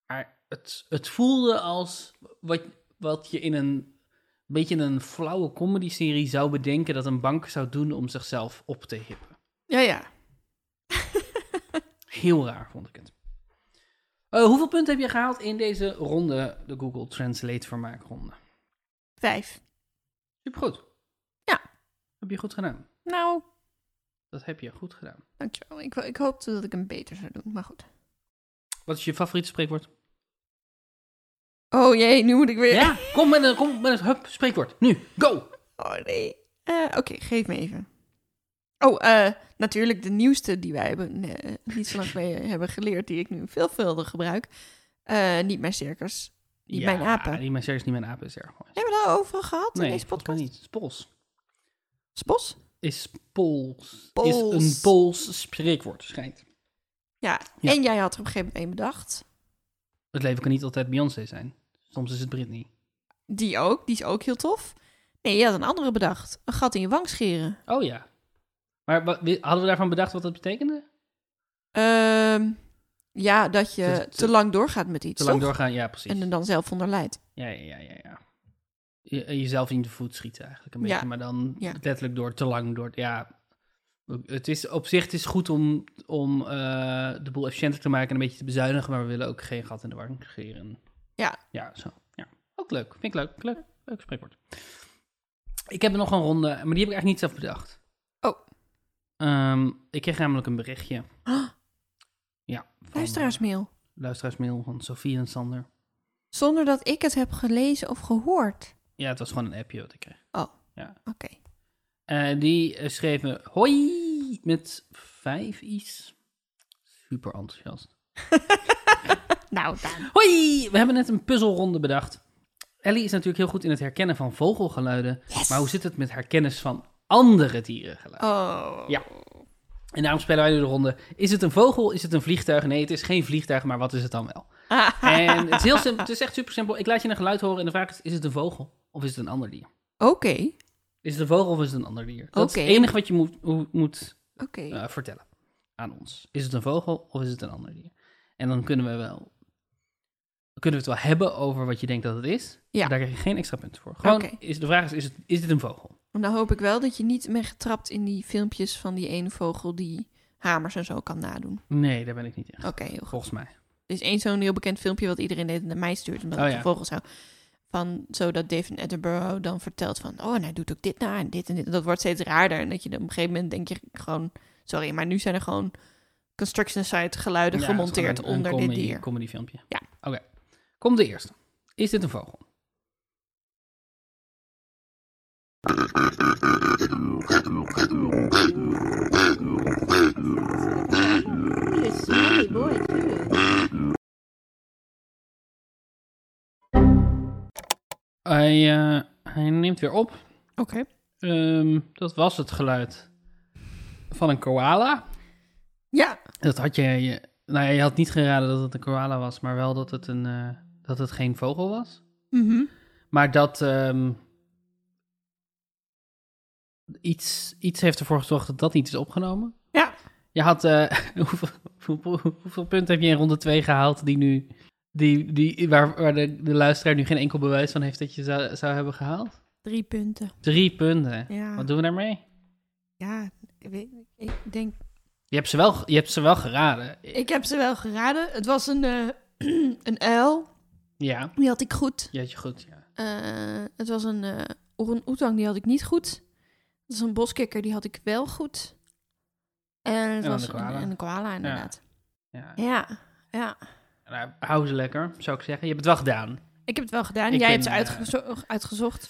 Speaker 2: Maar het, het voelde als wat, wat je in een beetje een flauwe comedy-serie zou bedenken dat een bank zou doen om zichzelf op te hippen.
Speaker 1: Ja, ja.
Speaker 2: Heel raar vond ik het. Eh, hoeveel punten heb je gehaald in deze ronde, de Google Translate vermaakronde?
Speaker 1: Vijf.
Speaker 2: Supergoed.
Speaker 1: Ja.
Speaker 2: Heb je goed gedaan.
Speaker 1: Nou,
Speaker 2: Dat heb je goed gedaan.
Speaker 1: dankjewel. Ik, ik hoopte dat ik hem beter zou doen, maar goed.
Speaker 2: Wat is je favoriete spreekwoord?
Speaker 1: Oh jee, nu moet ik weer...
Speaker 2: Ja, kom met een, kom met een hup, spreekwoord. Nu, go!
Speaker 1: Oh nee. Eh, Oké, geef me even. Oh, eh, natuurlijk de nieuwste die wij hebben, nee, niet zo lang geleden [laughs] hebben geleerd, die ik nu veelvuldig gebruik. Eh, niet mijn circus. Niet mijn apen.
Speaker 2: Die mijn serieus niet mijn apen is erg mooi.
Speaker 1: Hebben we het al over gehad in deze
Speaker 2: volgens mij
Speaker 1: podcast?
Speaker 2: niet. Spols.
Speaker 1: Spos?
Speaker 2: Is pols. Is
Speaker 1: Pools.
Speaker 2: een Pools spreekwoord, schijnt.
Speaker 1: Ja.
Speaker 2: Ja.
Speaker 1: en jij had er op een gegeven moment één bedacht.
Speaker 2: Het leven kan niet altijd Beyoncé zijn. Soms is het Britney.
Speaker 1: Die ook, die is ook heel tof. Nee, je had een andere bedacht. Een gat in je wang scheren.
Speaker 2: Oh ja. Maar wat, wi- hadden we daarvan bedacht wat dat betekende?
Speaker 1: Ehm, ja, dat je
Speaker 2: Te-
Speaker 1: te,
Speaker 2: te-
Speaker 1: lang doorgaat met iets,
Speaker 2: Te lang
Speaker 1: toch?
Speaker 2: doorgaan, ja, precies.
Speaker 1: En er dan zelf onder
Speaker 2: [gasps]
Speaker 1: leidt.
Speaker 2: Ja, ja, ja, ja. ja. Je- en jezelf in de voet schieten eigenlijk een beetje,
Speaker 1: Ja.
Speaker 2: maar dan
Speaker 1: Ja.
Speaker 2: letterlijk door te lang door. Ja, het is op zich het is goed om, om eh, de boel efficiënter te maken en een beetje te bezuinigen, maar we willen ook geen gat in de warm creëren.
Speaker 1: Ja.
Speaker 2: Ja, zo. Ja. Ook leuk. Vind ik leuk. Leuk, leuk spreekwoord. Ik heb nog een ronde, maar die heb ik eigenlijk niet zelf bedacht.
Speaker 1: Oh.
Speaker 2: Ehm, ik kreeg namelijk een berichtje.
Speaker 1: Oh.
Speaker 2: Ja. van,
Speaker 1: Luisteraarsmail.
Speaker 2: eh, luisteraarsmail van Sofie en Sander.
Speaker 1: Zonder dat ik het heb gelezen of gehoord.
Speaker 2: Ja, het was gewoon een appje wat ik kreeg.
Speaker 1: Oké.
Speaker 2: Eh, die eh, schreef me hoi met vijf i's. Super enthousiast.
Speaker 1: Nou, dan.
Speaker 2: Hoi! We hebben net een puzzelronde bedacht. Ellie is natuurlijk heel goed in het herkennen van vogelgeluiden. Maar hoe zit het met haar kennis van andere dierengeluiden?
Speaker 1: Oh.
Speaker 2: Ja. En daarom spelen wij nu de ronde. Is het een vogel? Is het een vliegtuig? Nee, het is geen vliegtuig, maar wat is het dan wel?
Speaker 1: Ah.
Speaker 2: En het is, heel simpel, het is echt super simpel. Ik laat je een geluid horen en de vraag is, is het een vogel of is het een ander dier?
Speaker 1: Oké.
Speaker 2: Is het een vogel of is het een ander dier? Dat is
Speaker 1: Oké.
Speaker 2: het enige wat je moet, hoe- moet
Speaker 1: Oké.
Speaker 2: eh, vertellen aan ons. Is het een vogel of is het een ander dier? En dan kunnen we wel kunnen we het wel hebben over wat je denkt dat het is.
Speaker 1: Ja.
Speaker 2: Maar Daar krijg je geen extra punten voor. Gewoon
Speaker 1: Oké.
Speaker 2: is, de vraag is, is, het, is dit een vogel?
Speaker 1: Nou hoop ik wel dat je niet bent getrapt in die filmpjes van die ene vogel die hamers en zo kan nadoen.
Speaker 2: Nee, daar ben ik niet in.
Speaker 1: Oké, heel goed.
Speaker 2: Volgens mij.
Speaker 1: Er is één zo'n heel bekend filmpje wat iedereen deed en naar mij stuurt. Omdat
Speaker 2: Oh
Speaker 1: ik
Speaker 2: ja.
Speaker 1: de vogels hou. Van, zodat David Attenborough dan vertelt van... Oh, en hij doet ook dit na en dit en dit. En dat wordt steeds raarder. En dat je dan op een gegeven moment denk je gewoon... Sorry, maar nu zijn er gewoon construction site geluiden
Speaker 2: Ja, het
Speaker 1: gemonteerd
Speaker 2: is gewoon
Speaker 1: onder
Speaker 2: comedy,
Speaker 1: dit dier.
Speaker 2: comedy filmpje.
Speaker 1: Ja.
Speaker 2: Oké. Komt de eerste. Is dit een vogel?
Speaker 4: You're a smelly boy, too.
Speaker 2: Hij, eh, hij neemt weer op.
Speaker 1: Oké.
Speaker 2: Ehm, dat was het geluid van een koala.
Speaker 1: Ja.
Speaker 2: Dat had je, je. Nou ja, je had niet geraden dat het een koala was, maar wel dat het, een, eh, dat het geen vogel was.
Speaker 1: Mhm.
Speaker 2: Maar dat. ehm, iets, iets heeft ervoor gezorgd dat dat niet is opgenomen.
Speaker 1: Ja.
Speaker 2: Je had. eh, [laughs] hoeveel, hoeveel, hoeveel punten heb je in ronde 2 gehaald die nu. Die, die, waar waar de, de luisteraar nu geen enkel bewijs van heeft dat je zou, zou hebben gehaald?
Speaker 1: Drie punten.
Speaker 2: Drie punten.
Speaker 1: Ja.
Speaker 2: Wat doen we daarmee?
Speaker 1: Ja, ik, weet- ik denk...
Speaker 2: Je hebt ze wel, je hebt ze wel geraden.
Speaker 1: Ik heb ze wel geraden. Het was een, eh [clears throat] een uil.
Speaker 2: Ja.
Speaker 1: Die had ik goed.
Speaker 2: Je had je goed. Ja.
Speaker 1: Eh, het was een eh orang-oetang, die had ik niet goed. Het was een boskikker, die had ik wel goed. En het
Speaker 2: dan
Speaker 1: was
Speaker 2: de koala.
Speaker 1: Een, een koala, inderdaad.
Speaker 2: ja.
Speaker 1: Ja, ja.
Speaker 2: Nou, hou ze lekker, zou ik zeggen. Je hebt het wel gedaan.
Speaker 1: Ik heb het wel gedaan. Jij
Speaker 2: Ik ben,
Speaker 1: hebt ze
Speaker 2: eh,
Speaker 1: uitgezo- uitgezocht.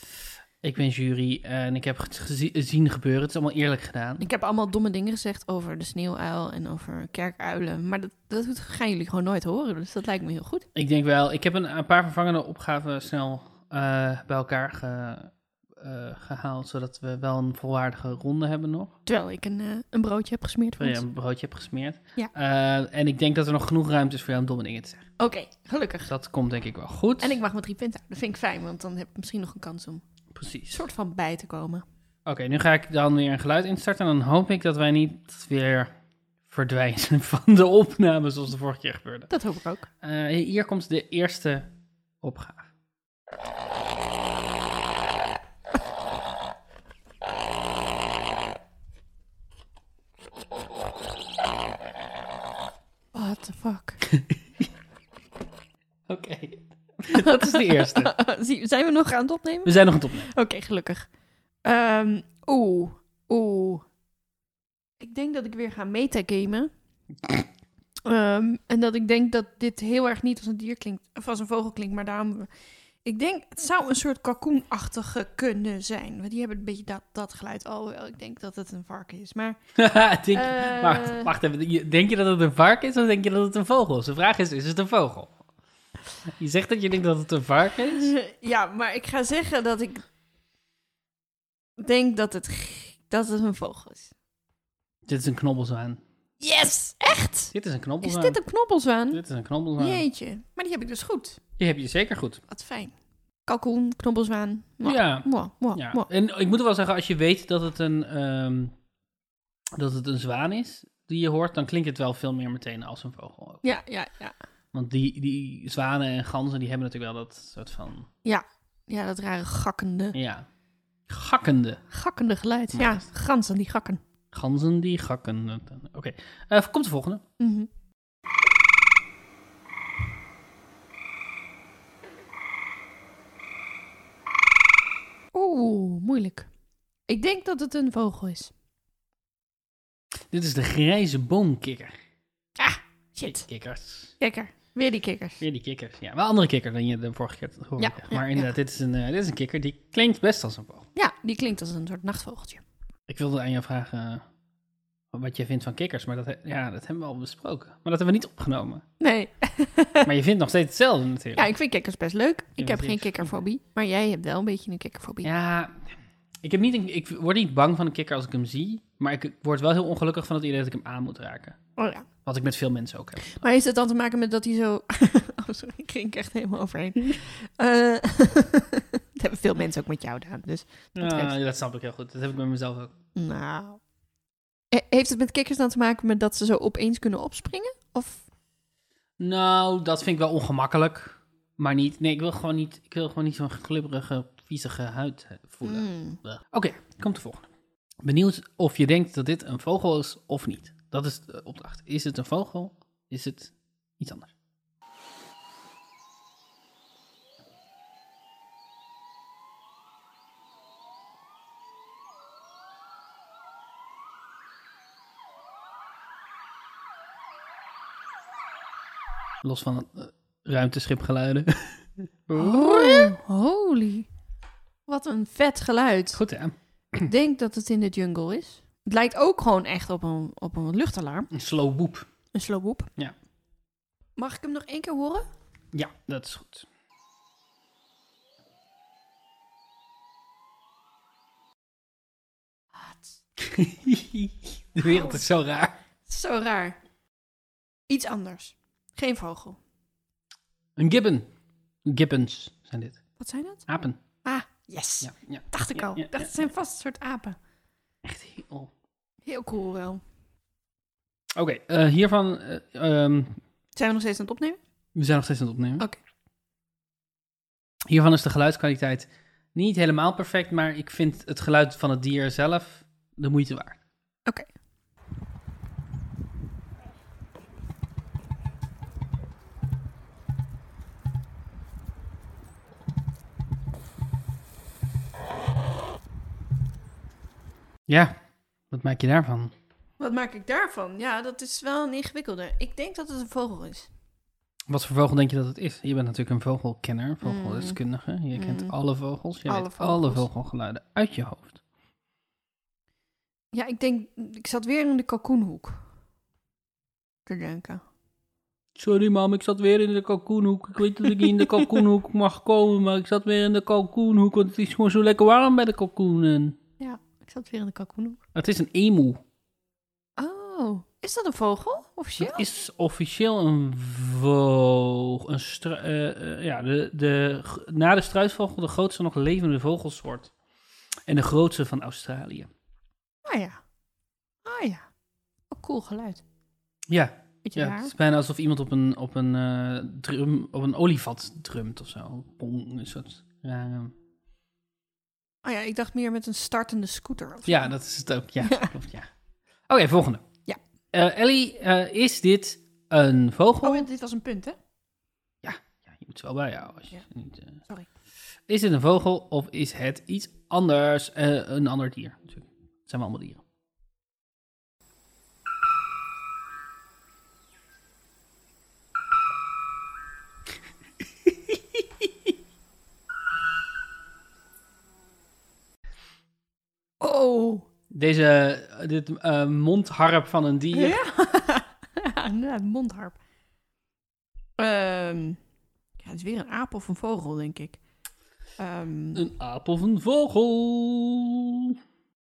Speaker 1: Ik
Speaker 2: Ik ben jury en ik heb het gezi- zien gebeuren. Het is allemaal eerlijk gedaan.
Speaker 1: heb allemaal domme dingen gezegd over de sneeuwuil en over kerkuilen. Maar dat, dat gaan jullie gewoon nooit horen. Dus dat lijkt me heel goed.
Speaker 2: Ik denk wel, ik heb een, een paar vervangende opgaven snel eh, bij elkaar ge- eh, gehaald. Zodat we wel een volwaardige ronde hebben nog.
Speaker 1: Terwijl ik een, eh, een broodje heb gesmeerd voor
Speaker 2: Terwijl
Speaker 1: ons.
Speaker 2: je een broodje hebt gesmeerd.
Speaker 1: Ja.
Speaker 2: Eh, en ik denk dat er nog genoeg ruimte is voor jou om domme dingen te zeggen. Dus
Speaker 1: Oké, gelukkig.
Speaker 2: Dat komt denk ik wel goed.
Speaker 1: En ik mag mijn drie punten houden. Dat vind ik fijn, want dan heb ik misschien nog een kans om een
Speaker 2: Precies.
Speaker 1: soort van bij te komen.
Speaker 2: Oké, nu ga ik dan weer een geluid instarten. En dan hoop ik dat wij niet weer verdwijnen [laughs] van de opname zoals de vorige keer gebeurde.
Speaker 1: Dat hoop ik ook.
Speaker 2: Eh, hier komt de eerste opgave.
Speaker 1: What the fuck? [laughs]
Speaker 2: Oké. Dat is de [laughs] eerste.
Speaker 1: Zie- Zijn we nog aan het opnemen?
Speaker 2: We zijn nog aan het opnemen.
Speaker 1: Oké, gelukkig. Ehm, Oeh, oeh. Ik denk dat ik weer ga metagamen. Ehm, en dat ik denk dat dit heel erg niet als een dier klinkt, of als een vogel klinkt, maar daarom... Ik denk, het zou een soort kalkoenachtige kunnen zijn. Want die hebben een beetje dat, dat geluid. Alhoewel, ik denk dat het een varken is. Maar
Speaker 2: [laughs] denk,
Speaker 1: Eh.
Speaker 2: wacht, wacht even. Je- Denk je dat het een varken is of denk je dat het een vogel is? De vraag is, is het een vogel? Je zegt dat je denkt dat het een varken is?
Speaker 1: [laughs] Ja, maar ik ga zeggen dat ik denk dat het, g- dat het een vogel is.
Speaker 2: Dit is een knobbelzwaan.
Speaker 1: Yes! Echt?
Speaker 2: Dit is een
Speaker 1: Is
Speaker 2: knobbelzwaan.
Speaker 1: dit een knobbelzwaan?
Speaker 2: Dit is een knobbelzwaan.
Speaker 1: Jeetje. Maar die heb ik dus goed.
Speaker 2: Die heb je zeker goed.
Speaker 1: Wat fijn. kalkoen, knobbelzwaan. Mwah,
Speaker 2: Ja.
Speaker 1: mwah, mwah,
Speaker 2: Ja.
Speaker 1: mwah.
Speaker 2: En ik moet wel zeggen, als je weet dat het een, ehm, dat het een zwaan is die je hoort, dan klinkt het wel veel meer meteen als een vogel. ook.
Speaker 1: Ja, ja, ja.
Speaker 2: Want die, die zwanen en ganzen, die hebben natuurlijk wel dat soort van,
Speaker 1: Ja, dat rare gakkende,
Speaker 2: ja, gakkende.
Speaker 1: gakkende geluid.
Speaker 2: Maar
Speaker 1: Ja,
Speaker 2: is-
Speaker 1: ganzen die gakken.
Speaker 2: Ganzen die gakken. Oké, Eh, komt de volgende.
Speaker 1: Mhm. Oeh, moeilijk. Ik denk dat het een vogel is.
Speaker 2: Dit is de grijze boomkikker.
Speaker 1: Ah, shit.
Speaker 2: Kikkers.
Speaker 1: Kikker. Weer die kikkers.
Speaker 2: Weer die kikkers. Ja, wel een andere kikker dan je de vorige keer hoorde.
Speaker 1: Ja,
Speaker 2: maar
Speaker 1: ja, ja.
Speaker 2: inderdaad, dit, is een, eh, dit is een kikker die klinkt best als een vogel.
Speaker 1: Ja, die klinkt als een soort nachtvogeltje.
Speaker 2: Ik wilde aan jou vragen eh, wat je vindt van kikkers, maar dat, he- ja, dat hebben we al besproken. Maar dat hebben we niet opgenomen.
Speaker 1: Nee.
Speaker 2: maar je vindt nog steeds hetzelfde
Speaker 1: [laughs] Ja,
Speaker 2: natuurlijk.
Speaker 1: ik vind kikkers best leuk. Ik
Speaker 2: bent
Speaker 1: heb geen
Speaker 2: hier-
Speaker 1: kikkerfobie, maar jij hebt wel een beetje een kikkerfobie.
Speaker 2: Ja, ik, heb niet een- ik word niet bang van een kikker als ik hem zie, maar ik word wel heel ongelukkig van het idee dat ik hem aan moet raken.
Speaker 1: Oh ja.
Speaker 2: Wat ik met veel mensen ook heb.
Speaker 1: Maar heeft het dan te maken met dat hij zo... [laughs] Oh, sorry, ik ging er echt helemaal overheen. [laughs] Eh, [laughs] dat hebben veel mensen ook met jou gedaan, dus... dat
Speaker 2: Ja,
Speaker 1: geeft.
Speaker 2: Nou, dat snap ik heel goed. Dat heb ik met mezelf ook.
Speaker 1: Nou... He- Heeft het met kikkers dan te maken met dat ze zo opeens kunnen opspringen? Of...
Speaker 2: Nou, dat vind ik wel ongemakkelijk. Maar niet. Nee, ik wil gewoon niet, ik wil gewoon niet zo'n glibberige, viezige huid eh, voelen.
Speaker 1: Mm.
Speaker 2: Bleh. Oké, komt de volgende. Benieuwd of je denkt dat dit een vogel is of niet. Dat is de opdracht. Is het een vogel? Is het iets anders? Los van eh, ruimteschipgeluiden. [laughs]
Speaker 1: Oh, holy. Wat een vet geluid.
Speaker 2: Goed hè?
Speaker 1: Ik denk dat het in de jungle is. Het lijkt ook gewoon echt op een, op een luchtalarm.
Speaker 2: Een slow boep.
Speaker 1: Een slowboep.
Speaker 2: Ja.
Speaker 1: Mag ik hem nog één keer horen?
Speaker 2: Ja, dat is goed. [laughs] De wereld is zo raar.
Speaker 1: Zo raar. Iets anders. Geen vogel.
Speaker 2: Een gibbon. Gibbons zijn dit.
Speaker 1: Wat zijn dat?
Speaker 2: Apen.
Speaker 1: Ah, yes.
Speaker 2: Ja, ja.
Speaker 1: Dacht ik
Speaker 2: Ja,
Speaker 1: al.
Speaker 2: ja,
Speaker 1: Dacht,
Speaker 2: ja.
Speaker 1: het zijn vast een soort apen.
Speaker 2: Echt heel...
Speaker 1: Heel cool wel.
Speaker 2: Oké, eh, hiervan... eh, ehm,
Speaker 1: Zijn we nog steeds aan het opnemen?
Speaker 2: we zijn nog steeds aan het opnemen.
Speaker 1: Oké.
Speaker 2: Hiervan is de geluidskwaliteit niet helemaal perfect, maar ik vind het geluid van het dier zelf de moeite waard.
Speaker 1: Oké.
Speaker 2: Ja, wat maak je daarvan?
Speaker 1: Wat maak ik daarvan? Ja, dat is wel een ingewikkelde. Ik denk dat het een vogel is.
Speaker 2: Wat voor vogel denk je dat het is? Je bent natuurlijk een vogelkenner, een vogeldeskundige. Je kent
Speaker 1: Mm.
Speaker 2: alle vogels. Je
Speaker 1: Hmm. Alle
Speaker 2: weet
Speaker 1: vogels.
Speaker 2: alle vogelgeluiden uit je hoofd.
Speaker 1: Ja, ik denk... Ik zat weer in de kalkoenhoek. Te denken.
Speaker 2: Sorry mam, ik zat weer in de kalkoenhoek. Ik weet dat ik niet in de kalkoenhoek [laughs] mag komen, maar ik zat weer in de kalkoenhoek, want het is gewoon zo lekker warm bij de kalkoenen.
Speaker 1: Ja, ik zat weer in de kalkoenhoek.
Speaker 2: Het is een emu.
Speaker 1: Oh, is dat een vogel? Officieel?
Speaker 2: Het is officieel een vogel. Een stru- eh, eh, ja, de, de, g- na de struisvogel de grootste nog levende vogelsoort. En de grootste van Australië.
Speaker 1: Ah ja. Ah ja. Ook cool geluid.
Speaker 2: Ja,
Speaker 1: Beetje
Speaker 2: Ja, het
Speaker 1: raar.
Speaker 2: is bijna alsof iemand op een, op een, eh, drum, op een olifant drumt of zo. Pong, een soort eh, rare-
Speaker 1: Oh ja, ik dacht meer met een startende scooter. of
Speaker 2: Ja,
Speaker 1: zo.
Speaker 2: dat is het ook. Ja, klopt, ja. Oké, volgende.
Speaker 1: Ja.
Speaker 2: Eh, Ellie, eh, is dit een vogel?
Speaker 1: Oh, dit was een punt, hè?
Speaker 2: Ja, je moet ze wel bijhouden. Als je
Speaker 1: Ja.
Speaker 2: ze niet, eh,
Speaker 1: Sorry.
Speaker 2: Is dit een vogel of is het iets anders? Eh, een ander dier. Natuurlijk. Het zijn wel allemaal dieren.
Speaker 1: Oh.
Speaker 2: Deze eh, dit, eh, mondharp van een dier.
Speaker 1: [laughs] Ja, inderdaad, mondharp. Ehm, ja, het is weer een aap of een vogel, denk ik. Ehm,
Speaker 2: Een aap of een vogel?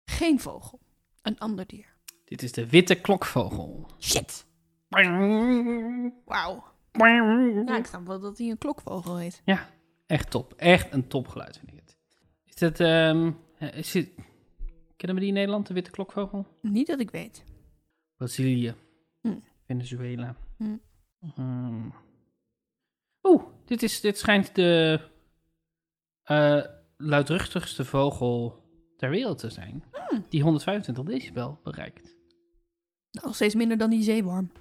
Speaker 1: Geen vogel. Een ander dier.
Speaker 2: Dit is de witte klokvogel.
Speaker 1: Shit. Wauw. Nou, ik snap wel dat hij een klokvogel heet.
Speaker 2: Ja, Echt top. Echt een topgeluid vind ik het. Is dat... ehm, eh, is dit- Kennen we die in Nederland, de witte klokvogel?
Speaker 1: Niet dat ik weet.
Speaker 2: Brazilië.
Speaker 1: Hm.
Speaker 2: Venezuela.
Speaker 1: Hm.
Speaker 2: Hmm. Oeh, dit, is, dit schijnt de eh, luidruchtigste vogel ter wereld te zijn.
Speaker 1: Hm.
Speaker 2: Die 125 decibel bereikt.
Speaker 1: Nog steeds minder dan die zeeworm.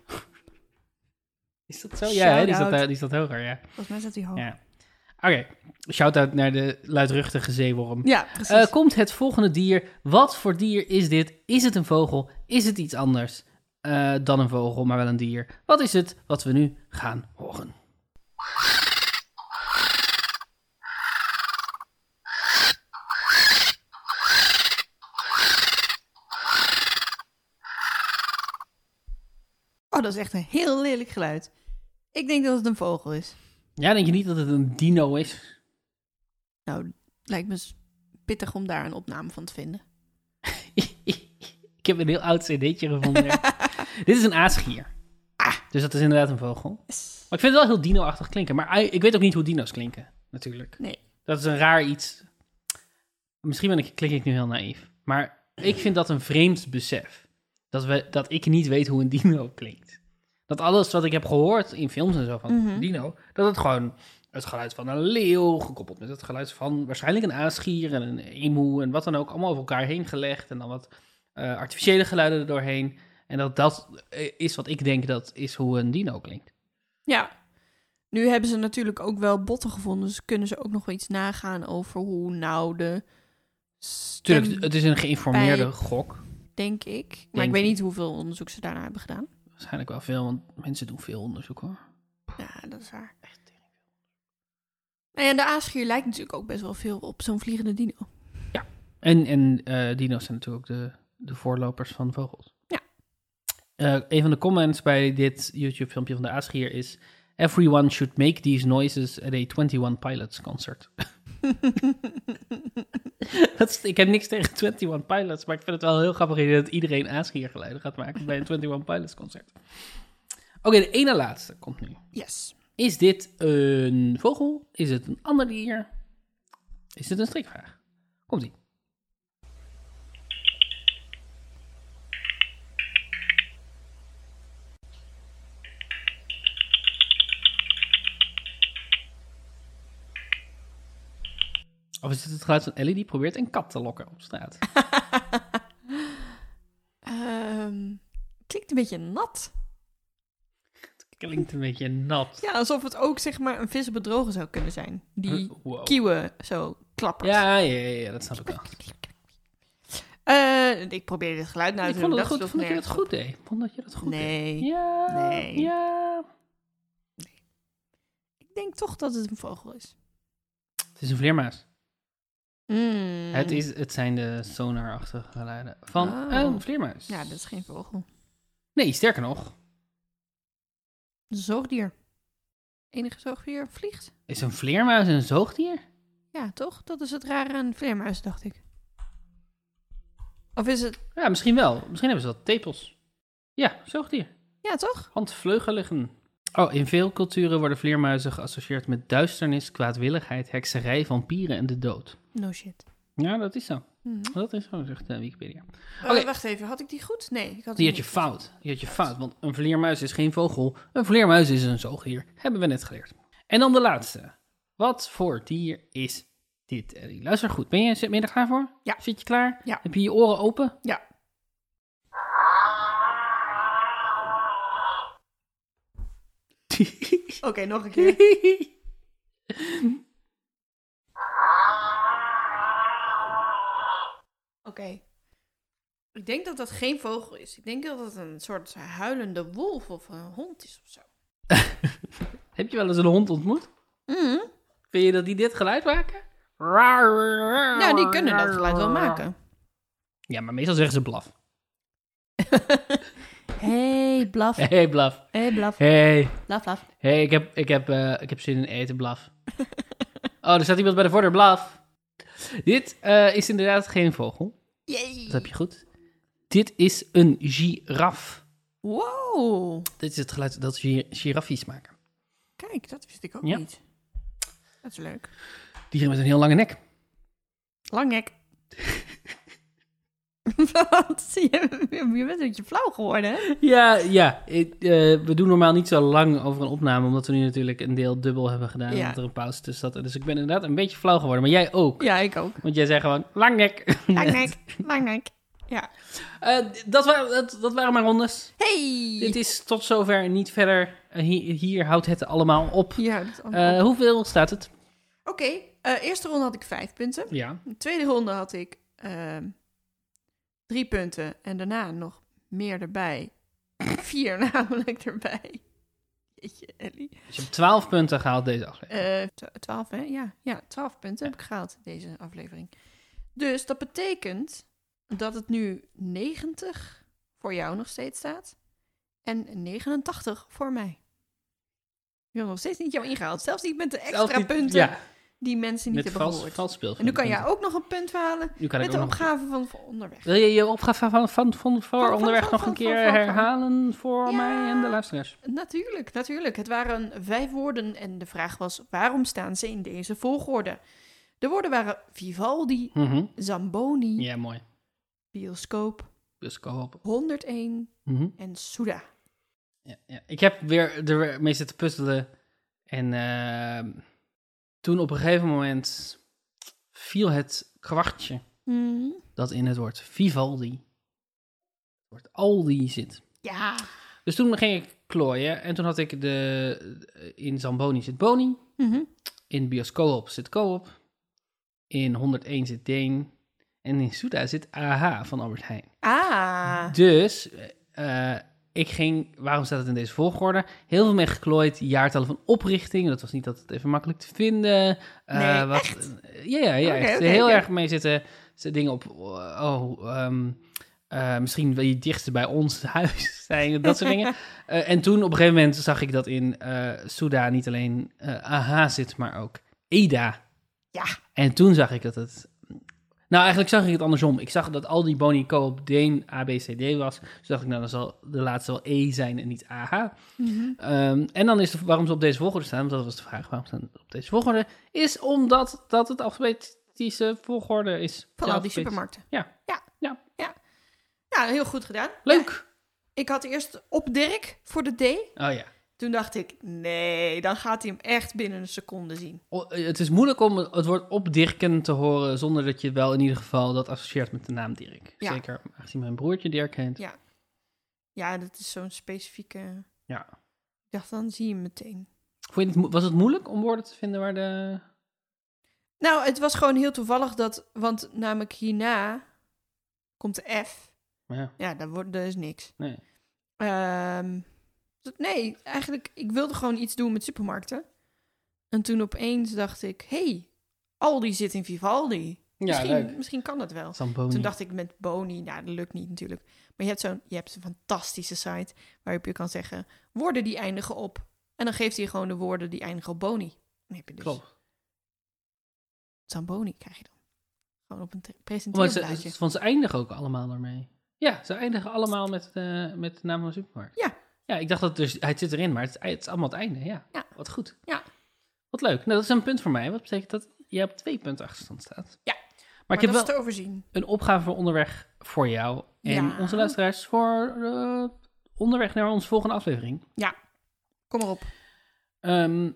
Speaker 2: Is dat zo? Ja, hè? die, is dat, eh,
Speaker 1: Shout-out.
Speaker 2: die is dat hoger, ja.
Speaker 1: Volgens mij staat die hoog. Ja,
Speaker 2: ja. Oké, shout-out naar de luidruchtige zeeworm.
Speaker 1: precies.
Speaker 2: Eh, komt het volgende dier. Wat voor dier is dit? Is het een vogel? Is het iets anders eh, dan een vogel, maar wel een dier? Wat is het wat we nu gaan horen?
Speaker 1: Oh, dat is echt een heel lelijk geluid. Ik denk dat het een vogel is.
Speaker 2: Ja, denk je niet dat het een dino is? [laughs]
Speaker 1: Nou, lijkt me s- pittig om daar een opname van te vinden.
Speaker 2: Ik heb een heel oud cd'tje gevonden. [laughs] Dit is een aasgier. Dus dat is inderdaad een vogel. Maar ik vind het wel heel dino-achtig klinken. Maar i- ik weet ook niet hoe dino's klinken, natuurlijk.
Speaker 1: Nee.
Speaker 2: Dat is een raar iets. Misschien ben ik, klink ik nu heel naïef. Maar ik vind dat een vreemd besef. Dat, we, dat ik niet weet hoe een dino klinkt. Dat alles wat ik heb gehoord in films en zo van dino... dat het gewoon het geluid van een leeuw... gekoppeld met het geluid van waarschijnlijk een aasgier... en een emu en wat dan ook... allemaal over elkaar heen gelegd. En dan wat eh, artificiële geluiden er doorheen. En dat dat eh, is wat ik denk dat is hoe een dino klinkt.
Speaker 1: Ja. Nu hebben ze natuurlijk ook wel botten gevonden, dus kunnen ze ook nog wel iets nagaan over hoe nou de stem,
Speaker 2: Tuurlijk, het is een geïnformeerde
Speaker 1: bij-
Speaker 2: gok.
Speaker 1: denk ik. Maar
Speaker 2: Denk
Speaker 1: ik weet
Speaker 2: ik.
Speaker 1: niet hoeveel onderzoek ze daarna hebben gedaan.
Speaker 2: Waarschijnlijk wel veel, want mensen doen veel onderzoek hoor.
Speaker 1: Ja, dat is waar. Nou ja, de aasgier lijkt natuurlijk ook best wel veel op zo'n vliegende dino.
Speaker 2: En, en eh, dino's zijn natuurlijk ook de, de voorlopers van vogels.
Speaker 1: Ja.
Speaker 2: Eh, een van de comments bij dit YouTube filmpje van de aasgier is... Everyone should make these noises at a 21 Pilots concert. [laughs] dat is, ik heb niks tegen 21 Pilots, maar ik vind het wel een heel grappig idee dat iedereen aasgiergeluiden gaat maken bij een 21 Pilots concert. Oké, de ene laatste komt nu.
Speaker 1: Yes.
Speaker 2: Is dit een vogel? Is het een ander dier? Is dit een strikvraag? Komt ie. Of is dit het geluid van Ellie die probeert een kat te lokken op [laughs] straat?
Speaker 1: Ehm, klinkt een beetje nat.
Speaker 2: Klinkt een beetje nat.
Speaker 1: Ja, alsof het ook zeg maar een vis bedrogen zou kunnen zijn. Die
Speaker 2: Wow.
Speaker 1: kieuwen zo klappert.
Speaker 2: Ja, ja, ja, ja, dat snap ik wel.
Speaker 1: Eh, ik probeer dit geluid nou
Speaker 2: ik
Speaker 1: te
Speaker 2: vond,
Speaker 1: doen.
Speaker 2: het goed,
Speaker 1: sloeg
Speaker 2: vond dat je dat
Speaker 1: nergens
Speaker 2: goed deed. Ik Vond dat je dat
Speaker 1: op.
Speaker 2: goed deed.
Speaker 1: Nee.
Speaker 2: Ja.
Speaker 1: Nee.
Speaker 2: Ja.
Speaker 1: Ik denk toch dat het een vogel is.
Speaker 2: Het is een vleermuis.
Speaker 1: Mm.
Speaker 2: Het, is, het zijn de sonarachtige geluiden van
Speaker 1: Oh.
Speaker 2: een vleermuis.
Speaker 1: Ja, dat is geen vogel.
Speaker 2: Nee, sterker nog,
Speaker 1: Een zoogdier. Enige zoogdier vliegt.
Speaker 2: is een vleermuis een zoogdier?
Speaker 1: Ja, toch? Dat is het rare aan vleermuis, dacht ik. Of is het...
Speaker 2: Ja, misschien wel. Misschien hebben ze wel tepels. Ja, zoogdier.
Speaker 1: Ja, toch?
Speaker 2: Handvleugeligen. Oh, in veel culturen worden vleermuizen geassocieerd met duisternis, kwaadwilligheid, hekserij, vampieren en de dood.
Speaker 1: No shit.
Speaker 2: Ja, dat is zo.
Speaker 1: Mhm.
Speaker 2: Dat is zo, zegt eh, Wikipedia.
Speaker 1: Oh,
Speaker 2: Oké.
Speaker 1: Wacht even, had ik die goed? Nee, ik had
Speaker 2: Die
Speaker 1: hem
Speaker 2: had je fout. Die had je fout, want een vleermuis is geen vogel. Een vleermuis is een zoogdier. Hebben we net geleerd. En dan de laatste. Wat voor dier is dit, Ellie? Luister goed. Ben je, ben je er klaar voor?
Speaker 1: Ja.
Speaker 2: Zit je klaar?
Speaker 1: Ja.
Speaker 2: Heb je je oren
Speaker 1: [laughs]
Speaker 2: open?
Speaker 1: Ja. Oké, nog een keer. [laughs] Oké. Ik denk dat dat geen vogel is. Ik denk dat het een soort huilende wolf of een hond is of zo.
Speaker 2: Heb je wel eens een hond ontmoet?
Speaker 1: Mm.
Speaker 2: Vind je dat die dit geluid maken?
Speaker 1: Nou, die kunnen dat geluid wel maken.
Speaker 2: Ja, maar meestal zeggen ze blaf. [laughs]
Speaker 1: Hey,
Speaker 2: [laughs]
Speaker 1: blaf.
Speaker 2: Hé, hey, blaf.
Speaker 1: Hey, blaf.
Speaker 2: Hé, hey.
Speaker 1: Blaf, blaf.
Speaker 2: hey, ik, heb, ik, heb, eh, ik heb zin in
Speaker 1: [laughs]
Speaker 2: eten, blaf. oh, er staat iemand bij de voordeur, blaf. Dit eh, is inderdaad geen vogel.
Speaker 1: Yay.
Speaker 2: Dat heb je goed. Dit is een giraf.
Speaker 1: Wow.
Speaker 2: Dit is het geluid dat gi- giraffies maken.
Speaker 1: Kijk, dat wist ik ook
Speaker 2: Ja.
Speaker 1: niet. Dat is leuk.
Speaker 2: Dieren met een heel lange nek.
Speaker 1: Lang nek. [laughs] Wat? [laughs] Je, je bent een beetje flauw geworden, hè?
Speaker 2: Ja, ja. Ik, eh, we doen normaal niet zo lang over een opname, omdat we nu natuurlijk een deel dubbel hebben gedaan.
Speaker 1: Ja.
Speaker 2: Omdat er een pauze tussen zat. Dus ik ben inderdaad een beetje flauw geworden. Maar jij ook.
Speaker 1: Ja, ik ook.
Speaker 2: Want jij zei gewoon, lang nek.
Speaker 1: Lang nek, [laughs] lang nek. Ja.
Speaker 2: [laughs] Eh, dat, waren, dat, dat waren mijn rondes.
Speaker 1: Hey!
Speaker 2: Dit is tot zover niet verder. Eh, hier, hier houdt het allemaal op.
Speaker 1: Ja, dat is allemaal
Speaker 2: Eh,
Speaker 1: op.
Speaker 2: hoeveel staat het?
Speaker 1: Oké, eh, eerste ronde had ik vijf punten.
Speaker 2: Ja.
Speaker 1: De tweede ronde had ik ehm, drie punten. En daarna nog meer erbij. [laughs] Vier namelijk erbij. Jeetje, Ellie.
Speaker 2: Dus je hebt 12 punten gehaald deze aflevering.
Speaker 1: Eh, twa- twaalf, hè? Ja, ja twaalf punten heb ik gehaald deze aflevering. Dus dat betekent dat het nu 90 voor jou nog steeds staat en 89 voor mij. Je hebt nog steeds niet jou ingehaald, zelfs niet met de
Speaker 2: Zelfs
Speaker 1: extra
Speaker 2: niet-
Speaker 1: punten
Speaker 2: Ja,
Speaker 1: die mensen niet
Speaker 2: met
Speaker 1: hebben
Speaker 2: vals,
Speaker 1: gehoord.
Speaker 2: vals speelgoed.
Speaker 1: en nu kan jij ook nog een punt halen
Speaker 2: Nu kan ik
Speaker 1: met de
Speaker 2: ook nog-
Speaker 1: opgave van van onderweg.
Speaker 2: Wil je je opgave van, van, van voor
Speaker 1: van-
Speaker 2: onderweg
Speaker 1: van-
Speaker 2: nog een
Speaker 1: van-
Speaker 2: keer
Speaker 1: van- van- van.
Speaker 2: herhalen voor
Speaker 1: Ja.
Speaker 2: mij en de luisteraars?
Speaker 1: Natuurlijk, natuurlijk. Het waren vijf woorden en de vraag was waarom staan ze in deze volgorde? De woorden waren Vivaldi,
Speaker 2: Mhm.
Speaker 1: Zamboni,
Speaker 2: Ja, mooi.
Speaker 1: Bioscoop,
Speaker 2: Dus ik hoop.
Speaker 1: 101
Speaker 2: Mhm.
Speaker 1: en Suda.
Speaker 2: ja, ja. Ik heb weer er mee zitten puzzelen. En ehm, toen op een gegeven moment viel het kwartje dat in het woord Vivaldi, het woord Aldi zit.
Speaker 1: Ja.
Speaker 2: Dus toen ging ik klooien en toen had ik de, in Zamboni zit Boni, in Bioscoop zit Coop. In 101 zit Deen. En in Suda zit AH van Albert Heijn.
Speaker 1: Ah.
Speaker 2: Dus eh, ik ging, waarom staat het in deze volgorde? Heel veel mee geklooid, jaartallen van oprichting. Dat was niet altijd even makkelijk te vinden. Eh,
Speaker 1: Nee,
Speaker 2: wat, Ja, ja, ja.
Speaker 1: Oké,
Speaker 2: echt.
Speaker 1: oké,
Speaker 2: heel
Speaker 1: oké.
Speaker 2: erg mee zitten, zitten dingen op. Oh, ehm, eh, misschien wil je dichtst bij ons huis [laughs] zijn, dat soort
Speaker 1: [laughs]
Speaker 2: dingen. Eh, en toen op een gegeven moment zag ik dat in eh Suda niet alleen eh AH zit, maar ook EDA.
Speaker 1: Ja.
Speaker 2: En toen zag ik dat het... Nou, eigenlijk zag ik het andersom. Ik zag dat al die Boni Coop Deen ABCD was. Toen dacht ik, nou, dan zal de laatste wel E zijn en niet AH. Ehm, en dan is de, waarom ze op deze volgorde staan, want dat was de vraag, waarom staan ze op deze volgorde, is omdat dat het alfabetische volgorde is.
Speaker 1: Van
Speaker 2: De
Speaker 1: al die
Speaker 2: alfabet-
Speaker 1: supermarkten.
Speaker 2: Ja.
Speaker 1: Ja.
Speaker 2: Ja.
Speaker 1: Ja. Ja, heel goed gedaan.
Speaker 2: Leuk!
Speaker 1: Ik had eerst op Dirk voor de D.
Speaker 2: Oh ja.
Speaker 1: Toen dacht ik, nee, dan gaat hij hem echt binnen een seconde zien.
Speaker 2: O- eh, het is moeilijk om het woord opdirken te horen zonder dat je wel in ieder geval dat associeert met de naam Dirk.
Speaker 1: Ja.
Speaker 2: Zeker aangezien mijn broertje Dirk heet.
Speaker 1: Ja. Ja, dat is zo'n specifieke...
Speaker 2: Ja.
Speaker 1: Ik dacht, dan zie je hem meteen.
Speaker 2: Vond je het mo- was het moeilijk om woorden te vinden waar de...
Speaker 1: Nou, het was gewoon heel toevallig dat... Want namelijk hierna komt de F.
Speaker 2: Ja,
Speaker 1: Ja, daar, wordt, daar is niks.
Speaker 2: nee.
Speaker 1: Ehm, dat- nee, eigenlijk, ik wilde gewoon iets doen met supermarkten. En toen opeens dacht ik, hey, Aldi zit in Vivaldi.
Speaker 2: Ja,
Speaker 1: Misschien,
Speaker 2: leuk.
Speaker 1: misschien kan dat wel.
Speaker 2: Zamboni.
Speaker 1: Toen dacht ik met Boni, nou dat lukt niet natuurlijk. Maar je hebt zo'n je hebt een fantastische site waarop je kan zeggen woorden die eindigen op. En dan geeft hij gewoon de woorden die eindigen op Boni. Dan heb je dus
Speaker 2: Klopt.
Speaker 1: Zamboni krijg je dan. Gewoon op een te-
Speaker 2: Want ze,
Speaker 1: presenteerblaadje.
Speaker 2: want ze eindigen ook allemaal daarmee. Ja, ze eindigen allemaal met, eh, met de naam van de supermarkt.
Speaker 1: Ja.
Speaker 2: Ja, ik dacht dat dus, het zit erin, maar het, is- het is allemaal het einde. Ja,
Speaker 1: Ja.
Speaker 2: wat goed.
Speaker 1: Ja.
Speaker 2: Wat leuk. Nou, dat is een punt voor mij. Wat betekent dat je op twee punten achterstand staat.
Speaker 1: Ja.
Speaker 2: Maar,
Speaker 1: Maar
Speaker 2: ik heb
Speaker 1: dat
Speaker 2: wel
Speaker 1: is te overzien.
Speaker 2: een opgave voor onderweg voor jou en
Speaker 1: Ja.
Speaker 2: onze luisteraars voor eh, onderweg naar onze volgende aflevering.
Speaker 1: Kom maar op.
Speaker 2: Ehm,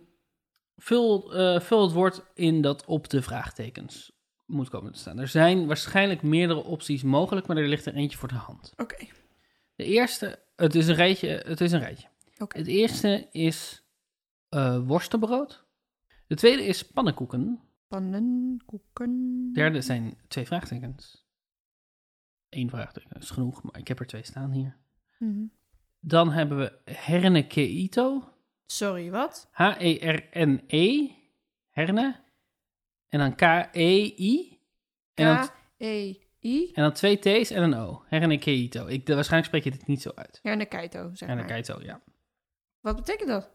Speaker 2: vul, eh, vul het woord in dat op de vraagtekens moet komen te staan. Er zijn waarschijnlijk meerdere opties mogelijk, maar er ligt er eentje voor de hand.
Speaker 1: Oké.
Speaker 2: De eerste, het is een rijtje. Het, is een rijtje.
Speaker 1: Oké.
Speaker 2: het eerste is eh worstenbrood. De tweede is pannenkoeken.
Speaker 1: Pannenkoeken.
Speaker 2: De derde zijn twee vraagtekens. Eén vraagteken is genoeg, maar ik heb er twee staan hier.
Speaker 1: Mhm.
Speaker 2: Dan hebben we herne E keito.
Speaker 1: Sorry, wat?
Speaker 2: H-E-R-N-E. E, Herne. En dan K-E-I. En dan,
Speaker 1: K-E-I.
Speaker 2: en dan twee T's en een O. Herne keito. Ik, de, waarschijnlijk spreek je dit niet zo uit.
Speaker 1: Herne Kaito, zeg
Speaker 2: Herne
Speaker 1: maar.
Speaker 2: keito, ja.
Speaker 1: Wat betekent dat?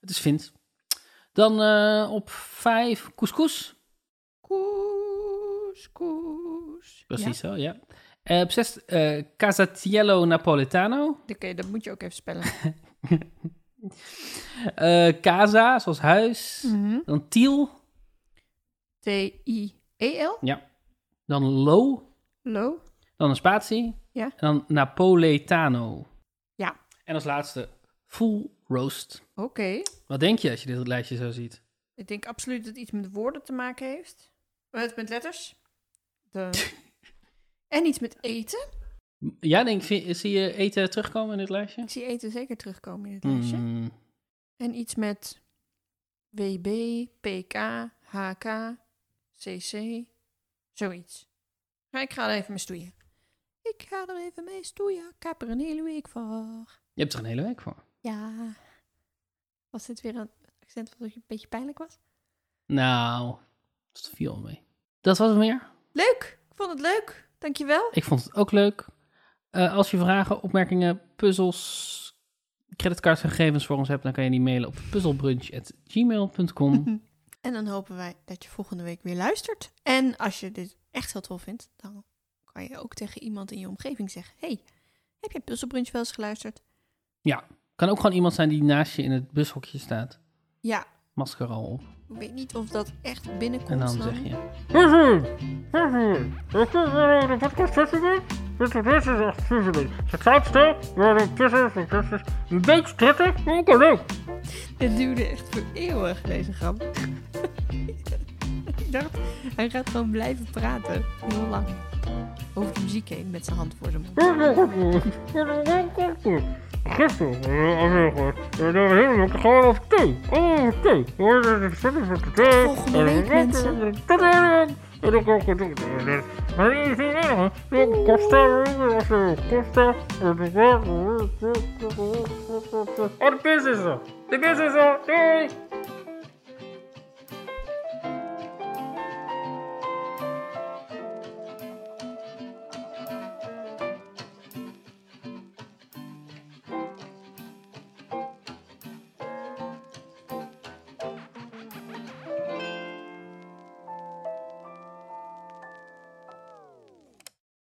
Speaker 2: Het is Vint. Dan eh, op vijf couscous.
Speaker 1: Koes, koes.
Speaker 2: Precies zo, ja. Eh, op zes eh Casatiello Napoletano.
Speaker 1: Oké, dat moet je ook even spellen. [laughs]
Speaker 2: Eh casa, zoals huis.
Speaker 1: Mhm.
Speaker 2: Dan Tiel.
Speaker 1: T-I-E-L?
Speaker 2: Dan Lo,
Speaker 1: Lo?
Speaker 2: dan een spatie.
Speaker 1: Ja.
Speaker 2: En dan Napoletano.
Speaker 1: Ja.
Speaker 2: En als laatste Full Roast.
Speaker 1: Oké.
Speaker 2: Wat denk je als je dit lijstje zo ziet?
Speaker 1: Ik denk absoluut dat het iets met woorden te maken heeft. Eh, Met, met letters. De...
Speaker 2: [laughs]
Speaker 1: en iets met eten.
Speaker 2: Ja, denk, vind- zie je eten terugkomen in dit lijstje?
Speaker 1: Ik zie eten zeker terugkomen in het lijstje.
Speaker 2: Hmm.
Speaker 1: En iets met WB, PK, HK, CC, zoiets. Maar ik ga er even mee stoeien. Ik ga er even mee stoeien. Ik heb er een hele week voor.
Speaker 2: Je hebt er een hele week voor.
Speaker 1: Ja. Was dit weer een accent wat een beetje pijnlijk was?
Speaker 2: Nou, dat viel wel mee. Dat was het meer.
Speaker 1: Leuk! Ik vond het leuk. Dankjewel.
Speaker 2: Ik vond het ook leuk. Eh, als je vragen, opmerkingen, puzzels, creditcardgegevens voor ons hebt, dan kan je die mailen op puzzelbrunch.gmail.com.
Speaker 1: En dan hopen wij dat je volgende week weer luistert. En als je dit echt heel tof vindt, dan kan je ook tegen iemand in je omgeving zeggen: Hey, heb je Puzzelbrunch wel eens geluisterd?
Speaker 2: kan ook gewoon iemand zijn die naast je in het bushokje staat.
Speaker 1: Ja,
Speaker 2: Masker al op.
Speaker 1: ik weet niet of dat echt binnenkomt.
Speaker 2: En dan zeg je...
Speaker 1: Dit duurde echt voor eeuwig, deze grap. [laughs] ik dacht, hij gaat gewoon blijven praten. Heel lang. Over de muziek heen met zijn hand voor zijn mond.
Speaker 5: Gisteren, eh, als je hoort, eh, dan hebben we het gewoon over thee. Oh, thee. Hoor, dat is zo voor de thee.
Speaker 1: Volgende week, mensen.
Speaker 5: Tadaa! En dan kan ik het doen. Eh, dat- Maar hier is het erg, hè. Ja, Costa, eh, als je Costa, eh, de- Oh, de bus is er. De bus is er. Doei.